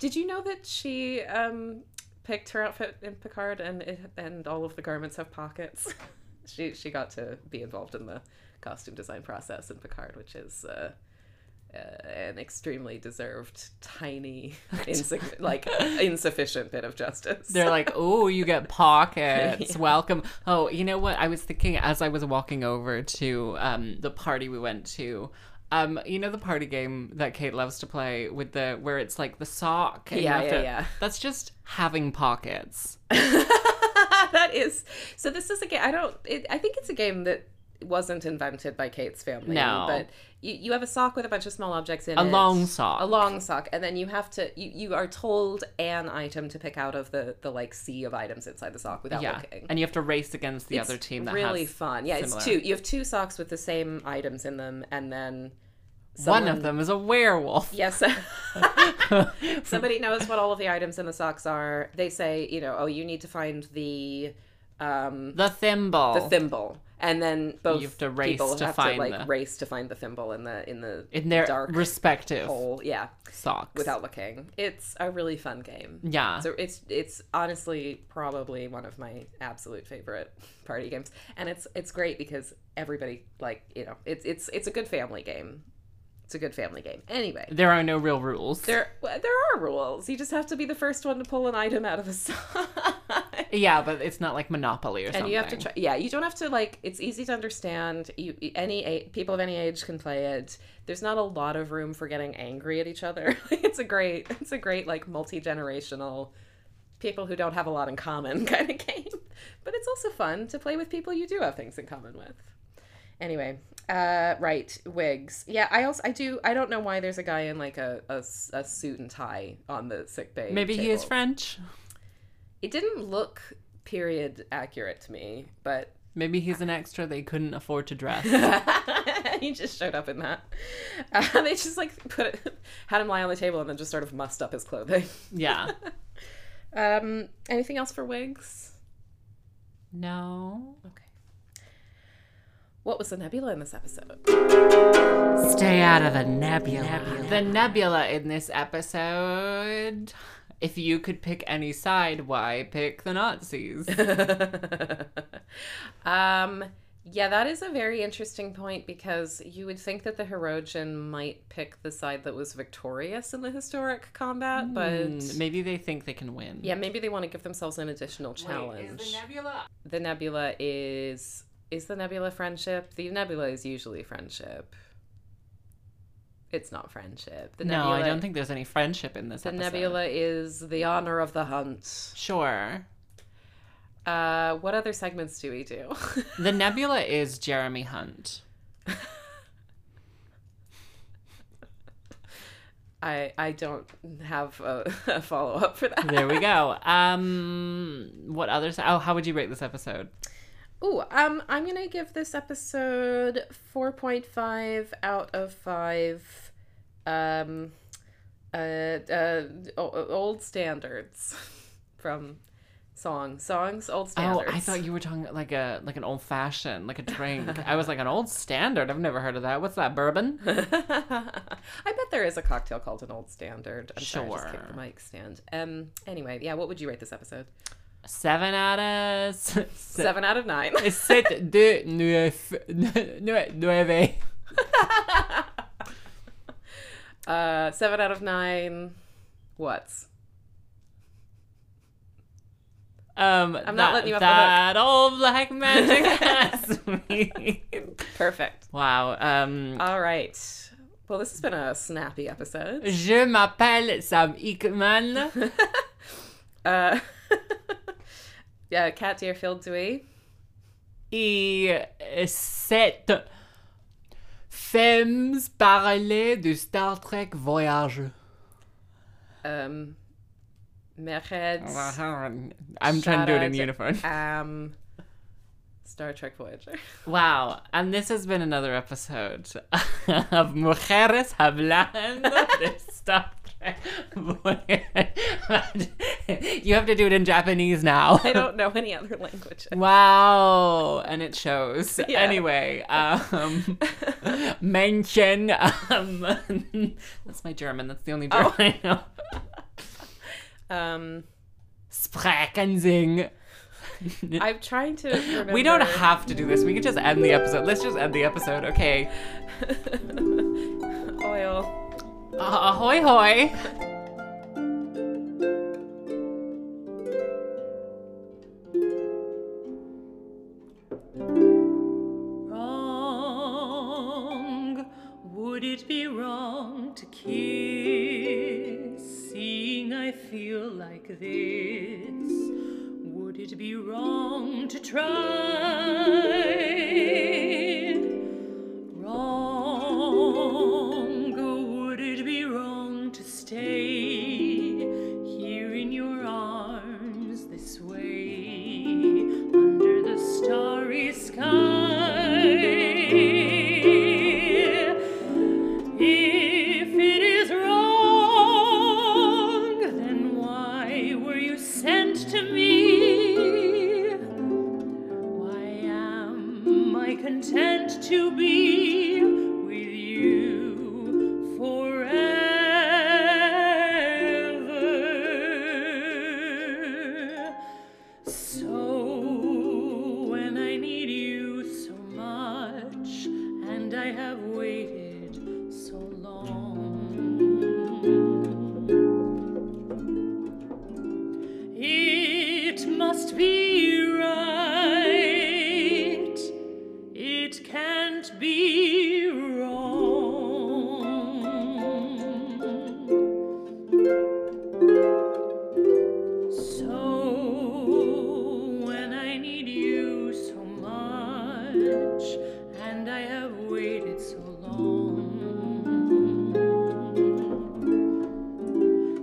S1: did you know that she um, picked her outfit in Picard, and it, and all of the garments have pockets? (laughs) she she got to be involved in the costume design process in Picard, which is. Uh, uh, an extremely deserved,
S2: (laughs)
S1: tiny, insignificant, like insufficient bit of justice.
S2: They're like, oh, you get (laughs) pockets. Welcome. Oh, you know what? I was thinking as I was walking over to um, the party we went to. Um, you know the party game that Kate loves to play with the where it's like the sock. and you
S1: Yeah,
S2: have
S1: yeah,
S2: to-
S1: yeah.
S2: That's just having pockets.
S1: (laughs) that is so. This is a game. I don't. It, I think it's a game that wasn't invented by Kate's family.
S2: No.
S1: but you, you have a sock with a bunch of small objects in
S2: A
S1: it.
S2: long sock.
S1: a long sock and then you have to you, you are told an item to pick out of the the like sea of items inside the sock without
S2: Yeah,
S1: looking
S2: and you have to race against the
S1: It's
S2: other team that
S1: really
S2: has
S1: fun yeah it's two
S2: similar-
S1: you have two socks with the same items in them and then
S2: one
S1: someone-
S2: of them is a werewolf. (laughs)
S1: yes (laughs) somebody knows what all of the items in the socks are they say you know oh you need to find the um
S2: The thimble.
S1: the thimble and then both
S2: You have to race
S1: people
S2: to
S1: have
S2: find
S1: to like
S2: the-
S1: race to find the thimble in the in the
S2: in their
S1: dark
S2: respective
S1: hole. Yeah,
S2: socks.
S1: without looking, it's a really fun game.
S2: yeah,
S1: So it's it's honestly probably one of my absolute favorite party games, and it's it's great because everybody like you know it's it's it's a good family game. It's a good family game. Anyway,
S2: there are no real rules.
S1: there well, there are rules. You just have to be the first one to pull an item out of (laughs) a sock.
S2: yeah, but it's not like Monopoly or something.
S1: And you have to try. Yeah, you don't have to like. It's easy to understand. You e, any a- people of any age can play it. There's not a lot of room for getting angry at each other. (laughs) it's a great. It's a great like multi generational, people who don't have a lot in common (laughs) kind of game. But it's also fun to play with people you do have things in common with. Anyway, uh, right wigs. Yeah, I also I do. I don't know why there's a guy in like a a s- a suit and tie on the sick bay.
S2: Maybe he is
S1: table.
S2: French.
S1: It didn't look period accurate to me, but
S2: Maybe he's an extra they couldn't afford to dress.
S1: (laughs) he just showed up in that. Uh, (laughs) they just like put it, had him lie on the table and then just sort of mussed up his clothing.
S2: yeah.
S1: Um, anything else for wigs?
S2: No.
S1: Okay. What was the nebula in this episode? (laughs)
S2: Stay out of the nebula. The nebula in this episode. If you could pick any side, why pick the Nazis?
S1: um, yeah, that is a very interesting point because you would think that the Herogen might pick the side that was victorious in the historic combat,
S2: Mm,
S1: but
S2: Maybe they think they can win.
S1: yeah, maybe they want to give themselves an additional challenge.
S2: nebula?
S1: the nebula is is the nebula friendship the nebula is usually friendship it's not friendship the
S2: no,
S1: nebula,
S2: I don't think there's any friendship in this
S1: the
S2: episode.
S1: nebula is the honor of the hunt
S2: Sure.
S1: uh what other segments do we do (laughs)
S2: The nebula is Jeremy Hunt.
S1: i i don't have a, a follow-up for that
S2: There we go. Um, what other? si- Oh, how would you rate this episode?
S1: Ooh, um, I'm gonna give this episode 4.5 out of 5 um, uh, uh, o- old standards (laughs) from song songs old standards.
S2: Oh, I thought you were talking like a like an old fashioned, like a (laughs) drink. I was like an old standard. I've never heard of that. What's that? Bourbon?
S1: (laughs) I bet there is a cocktail called an old standard. I'm sure. Sorry, I just kicked the
S2: Sure.
S1: mic stand. Um. Anyway, yeah. What would you rate this episode?
S2: Seven out of s-
S1: Seven out of nine.
S2: Sept de neuf, neuf, nueve.
S1: (laughs) uh, seven out of nine. What's
S2: Um,
S1: I'm not
S2: that-
S1: letting you off the hook.
S2: That old black magic has me. (laughs)
S1: perfect?
S2: Wow. Um,
S1: All right. Well, this has been a snappy episode.
S2: je m'appelle Sam Hickman.
S1: Uh, (laughs) yeah, Cat Deerfield Dewey.
S2: et euh, cette femmes parlaient de Star Trek Voyage.
S1: Um,
S2: Oh,
S1: Merheads.
S2: I'm trying to do it in
S1: Shout-out.
S2: uniform.
S1: Um, Star Trek Voyager.
S2: (laughs)
S1: (laughs)
S2: Wow. And this has been another episode (laughs) of Mujeres Hablando de Star Trek Voyage. (laughs) you have to do it in Japanese now.
S1: I don't know any other language.
S2: (laughs)
S1: (laughs)
S2: Wow, and it shows.
S1: Yeah.
S2: Anyway, um, mention. Um, (laughs) that's my German. That's the only German
S1: Oh.
S2: I know.
S1: Um,
S2: Sprachensing.
S1: I'm trying to. Remember.
S2: (laughs) We don't have to do this. We could just end the episode. Let's just end the episode, okay?
S1: (laughs) oil.
S2: Ah- ahoy, hoy.
S4: wrong? Would it be wrong to kiss? Seeing I feel like this, would it be wrong to try? Wrong, or would it be wrong to stay here in your arms this way under the starry sky? If it is wrong, then why were you sent to me? Why am content to be with you forever. So when I need you so much, and I have waited so long, it must be right. It can't be wrong. So when I need you so much, and I have waited so long,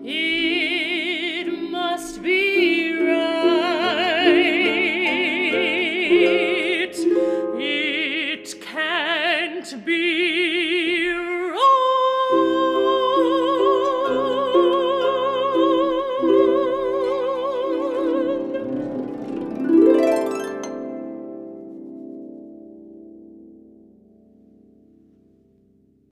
S4: it must be right. It can't be.